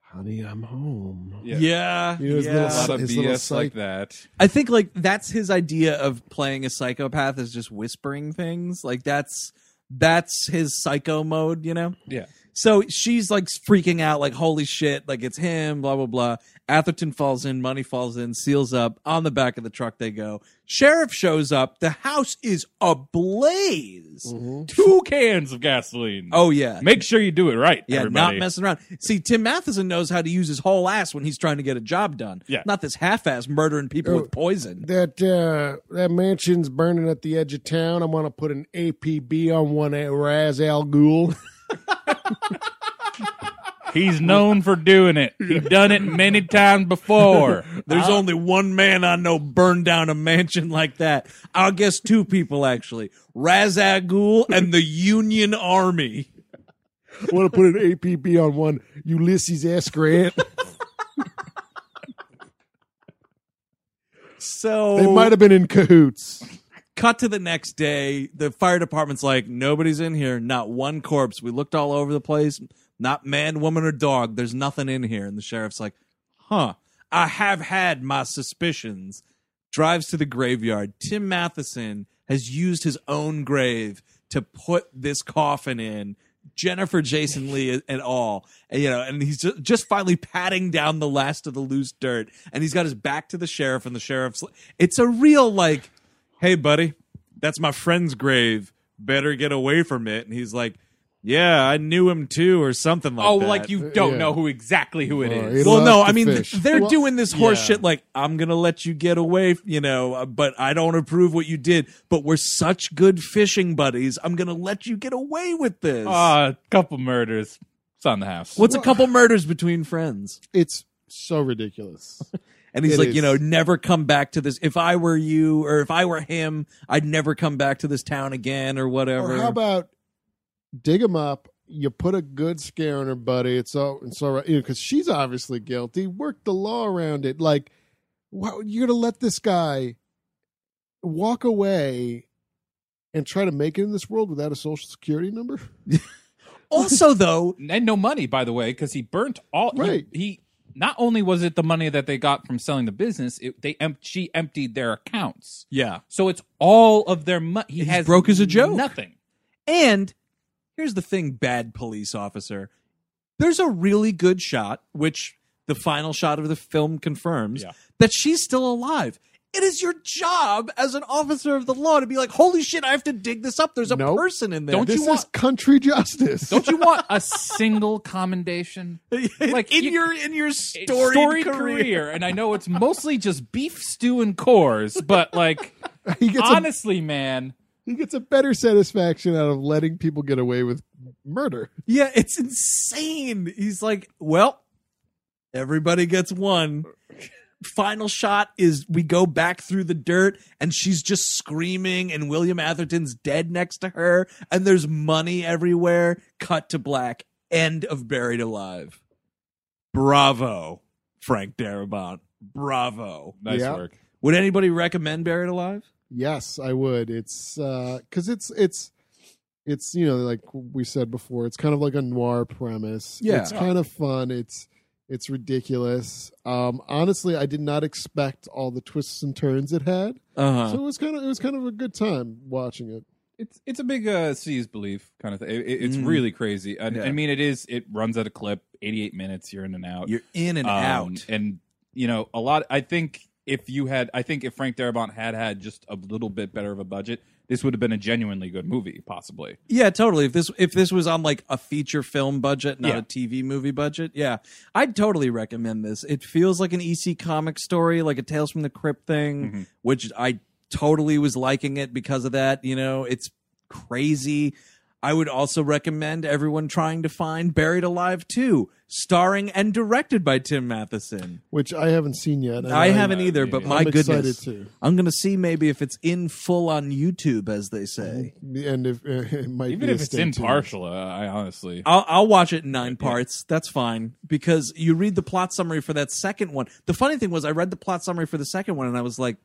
S4: "Honey, I'm home."
S2: Yeah.
S1: yeah.
S4: You know, his
S1: yeah.
S4: little
S2: a lot of
S4: His little
S2: BS like
S4: psych-
S2: that.
S1: I think like that's his idea of playing a psychopath is just whispering things. Like that's that's his psycho mode, you know?
S2: Yeah.
S1: So she's like freaking out, like, holy shit, like it's him, blah, blah, blah. Atherton falls in, money falls in, seals up. On the back of the truck they go. Sheriff shows up. The house is ablaze.
S2: Two cans of gasoline.
S1: Oh, yeah.
S2: Mm-hmm. Make sure you do it right.
S1: yeah,
S2: everybody.
S1: not messing around. See, Tim Matheson knows how to use his whole ass when he's trying to get a job done.
S2: Yeah. Oh,
S1: Not this half ass murdering people with poison.
S4: That uh, that mansion's burning at the edge of town. I want to put an APB on one Raz Al Ghul.
S2: He's known for doing it. He's done it many times before.
S1: There's only one man I know burned down a mansion like that. I'll guess two people actually. Razagul and the Union Army.
S4: I want to put an APB on one Ulysses S. Grant.
S1: So
S4: They might have been in cahoots.
S1: Cut to the next day. The fire department's like, nobody's in here. Not one corpse. We looked all over the place. Not man, woman, or dog. There's nothing in here. And the sheriff's like, huh, I have had my suspicions. Drives to the graveyard. Tim Matheson has used his own grave to put this coffin in. Jennifer Jason Lee and all, and, you know, and he's just, just finally patting down the last of the loose dirt, and he's got his back to the sheriff, and the sheriff's. It's a real like, hey buddy, that's my friend's grave. Better get away from it. And he's like, yeah, I knew him too, or something like
S2: oh,
S1: that.
S2: like you don't
S4: Yeah.
S2: know who exactly who it
S4: Or it-
S2: is.
S1: Well, no,
S4: Lost
S1: I
S4: the
S1: mean th-
S4: fish.
S1: they're
S4: Well,
S1: doing this horse
S4: yeah.
S1: shit. Like I'm gonna let you get away, f- you know, uh, but I don't approve what you did. But we're such good fishing buddies. I'm gonna let you get away with this.
S2: Ah, a couple murders. It's on the house.
S1: What's a couple murders between friends?
S4: It's so ridiculous.
S1: And he's
S4: It
S1: like,
S4: is.
S1: you know, never come back to this. If I were you, or if I were him, I'd never come back to this town again, or whatever.
S4: Or how about dig him up? You put a good scare on her, buddy. It's all it's all right, you know, because she's obviously guilty. Work the law around it. Like, why, you're gonna let this guy walk away and try to make it in this world without a social security number?
S1: also, though,
S2: and no money, by the way, because he burnt all. he-
S4: Right.
S2: He, not only was it the money that they got from selling the business, it, they em- she emptied their accounts.
S1: yeah.
S2: So it's all of their money. He
S1: He's
S2: has
S1: broke as a joke.
S2: Nothing.
S1: And here's the thing, bad police officer. There's a really good shot, which the final shot of the film confirms,
S2: Yeah.
S1: that she's still alive. It is your job as an officer of the law to be like, holy shit, I have to dig this up. There's a
S4: Nope.
S1: person in there.
S2: Don't
S4: this
S2: you
S4: is
S2: want-
S4: country justice.
S2: Don't you want a single commendation?
S1: like in
S2: you-
S1: your in your
S2: A
S1: storied,
S2: storied
S1: career.
S2: and I know it's mostly just beef stew and cores, but like
S4: he gets a,
S2: honestly, man,
S4: he gets a better satisfaction out of letting people get away with murder.
S1: Yeah, it's insane. He's like, well, everybody gets one. Final shot is we go back through the dirt and she's just screaming and William Atherton's dead next to her and there's money everywhere. Cut to black. End of Buried Alive. Bravo, Frank Darabont. Bravo.
S2: nice
S4: Yeah.
S2: work.
S1: Would anybody recommend Buried Alive?
S4: Yes, I would. It's uh 'cause cuz it's it's it's you know like we said before, it's kind of like a noir premise.
S1: Yeah.
S4: It's kind of fun. It's it's ridiculous. Um honestly, I did not expect all the twists and turns it had.
S1: Uh
S4: So it was kind of it was kind of a good time watching it.
S2: It's it's a big uh, seize belief kind of thing. It, it- it's
S1: Mm.
S2: really crazy. And,
S1: Yeah.
S2: I mean, it is. It runs at a clip, eighty eight minutes. You're in and out.
S1: You're in and
S2: Um,
S1: out.
S2: And you know, a lot. I think if you had, I think if Frank Darabont had had just a little bit better of a budget, this would have been a genuinely good movie, possibly.
S1: Yeah, totally. If this if this was on like a feature film budget, not
S2: Yeah.
S1: a TV movie budget, yeah, I'd totally recommend this. It feels like an EC comic story, like a Tales from the Crypt thing, which I totally was liking it because of that. You know, it's crazy. I would also recommend everyone trying to find Buried Alive 2, starring and directed by Tim Matheson.
S4: Which I haven't seen yet. and
S1: I haven't either,
S2: maybe.
S1: but
S2: I'm
S1: my goodness.
S4: excited too.
S1: I'm going to see maybe if it's in full on YouTube, as they say.
S4: and if it might
S2: Even
S4: be a
S2: if it's
S4: stay tuned.
S2: impartial, uh, I honestly.
S1: I'll, I'll watch it in nine parts. That's fine because you read the plot summary for that second one. The funny thing was, I read the plot summary for the second one, and I was like,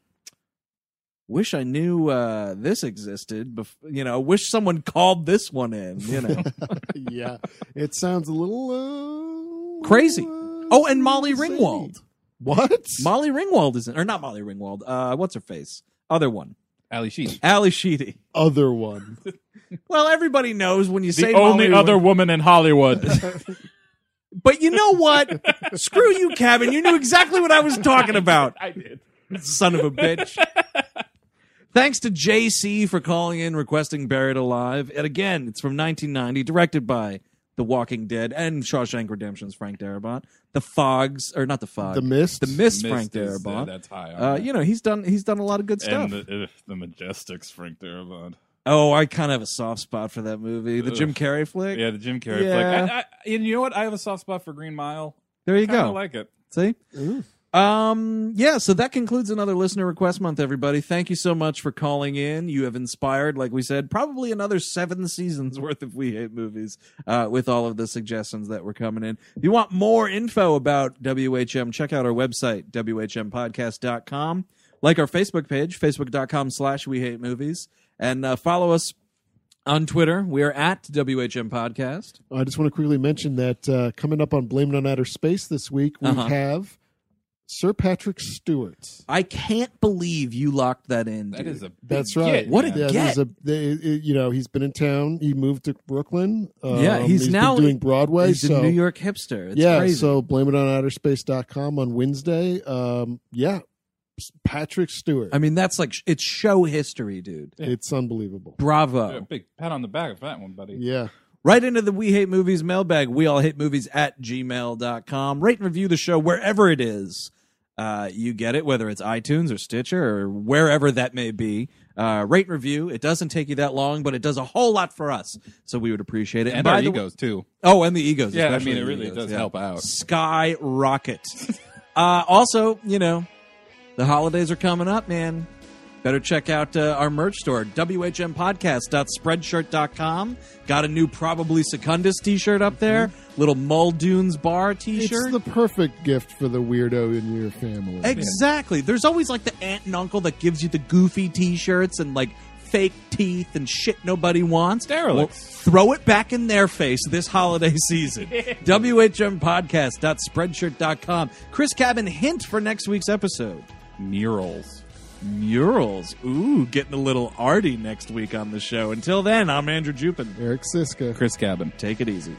S1: "Wish I knew uh, this existed." Bef- you know, wish someone called this one in. You know,
S4: yeah. It sounds a little uh,
S1: crazy.
S4: uh,
S1: Oh, and Molly
S4: shady.
S1: Ringwald.
S4: What?
S1: Molly Ringwald isn't, or not Molly Ringwald. Uh, what's her face? Other one,
S2: Ali Sheedy.
S1: Ali Sheedy.
S4: Other one.
S1: Well, everybody knows when you say
S2: the only
S1: Molly
S2: other woman in Hollywood.
S1: But you know what? Screw you, Kevin. You knew exactly what I was talking about.
S2: I did.
S1: son of a bitch. Thanks to JC for calling in requesting Buried Alive. And again, it's from 1990, directed by The Walking Dead and Shawshank Redemption's Frank Darabont. The Fogs, or not The Fog.
S4: The Mist?
S1: The Mist,
S2: Mist
S1: Frank
S2: is, uh,
S1: Darabont.
S2: that's high on
S1: Uh,
S2: that.
S1: you know, he's done he's done a lot of good stuff.
S2: And the, the Majestics, Frank Darabont.
S1: oh, I kind of have a soft spot for that movie. The Jim Carrey flick.
S2: Yeah, the Jim Carrey
S1: Yeah.
S2: flick. I, I, and you know what? I have a soft spot for Green Mile.
S1: There you
S2: Kinda
S1: go.
S2: like it.
S1: See? Um, yeah, so that concludes another listener request month, everybody. Thank you so much for calling in. You have inspired, like we said, probably another seven seasons worth of We Hate Movies uh, with all of the suggestions that were coming in. If you want more info about WHM, check out our website, WHMpodcast.com. Like our Facebook page, facebook.com slash we hate movies. And uh, follow us on Twitter. We are at WHM Podcast.
S4: I just want to quickly mention that uh, coming up on Blame It on Outer Space this week, we
S1: Uh-huh.
S4: have Sir Patrick Stewart.
S1: I can't believe you locked that in.
S2: That
S1: dude.
S2: is a big
S4: That's right.
S2: get,
S1: What a
S2: man.
S4: yeah,
S1: get.
S4: there's a- they- it- you know, he's been in town. He moved to Brooklyn. Um,
S1: Yeah, he's
S4: been
S1: now-
S4: doing Broadway.
S1: He's
S4: so-
S1: a New York hipster. It's
S4: yeah,
S1: crazy.
S4: so blame it on outerspace.com on Wednesday. Um, yeah, S- Patrick Stewart.
S1: I mean, that's like, it's show history, dude.
S4: it's unbelievable.
S1: Bravo.
S2: Yeah, big pat on the back for that one, buddy.
S4: Yeah.
S1: Right into the We Hate Movies mailbag. We all hate movies at gmail.com. Rate and review the show wherever it is. Uh, you get it, whether it's iTunes or Stitcher or wherever that may be. Uh, rate and review. It doesn't take you that long, but it does a whole lot for us. So we would appreciate it.
S2: And
S1: by
S2: our
S1: the way-
S2: egos E too.
S1: Oh, and the egos.
S2: Yeah, I
S1: especially
S2: mean, it
S1: the
S2: really
S1: egos,
S2: does
S1: yeah.
S2: help out.
S1: Skyrocket. uh, also, you know, the holidays are coming up, man. Better check out uh, our merch store, whmpodcast.spreadshirt.com. Got a new Probably Secundus t shirt up there,
S2: Mm-hmm.
S1: little Muldoon's Bar t
S4: It's
S1: shirt.
S4: the perfect gift for the weirdo in your family.
S1: Exactly. There's always like the aunt and uncle that gives you the goofy t-shirts and like fake teeth and shit nobody wants.
S2: Derelicts.
S1: Well, throw it back in their face this holiday season. WHMpodcast.spreadshirt.com. Chris Cabin hint for next week's episode.
S2: Murals.
S1: Murals. Ooh, getting a little arty next week on the show. Until then, I'm Andrew Jupin.
S4: Eric Siska.
S2: Chris Cabin.
S1: Take it easy.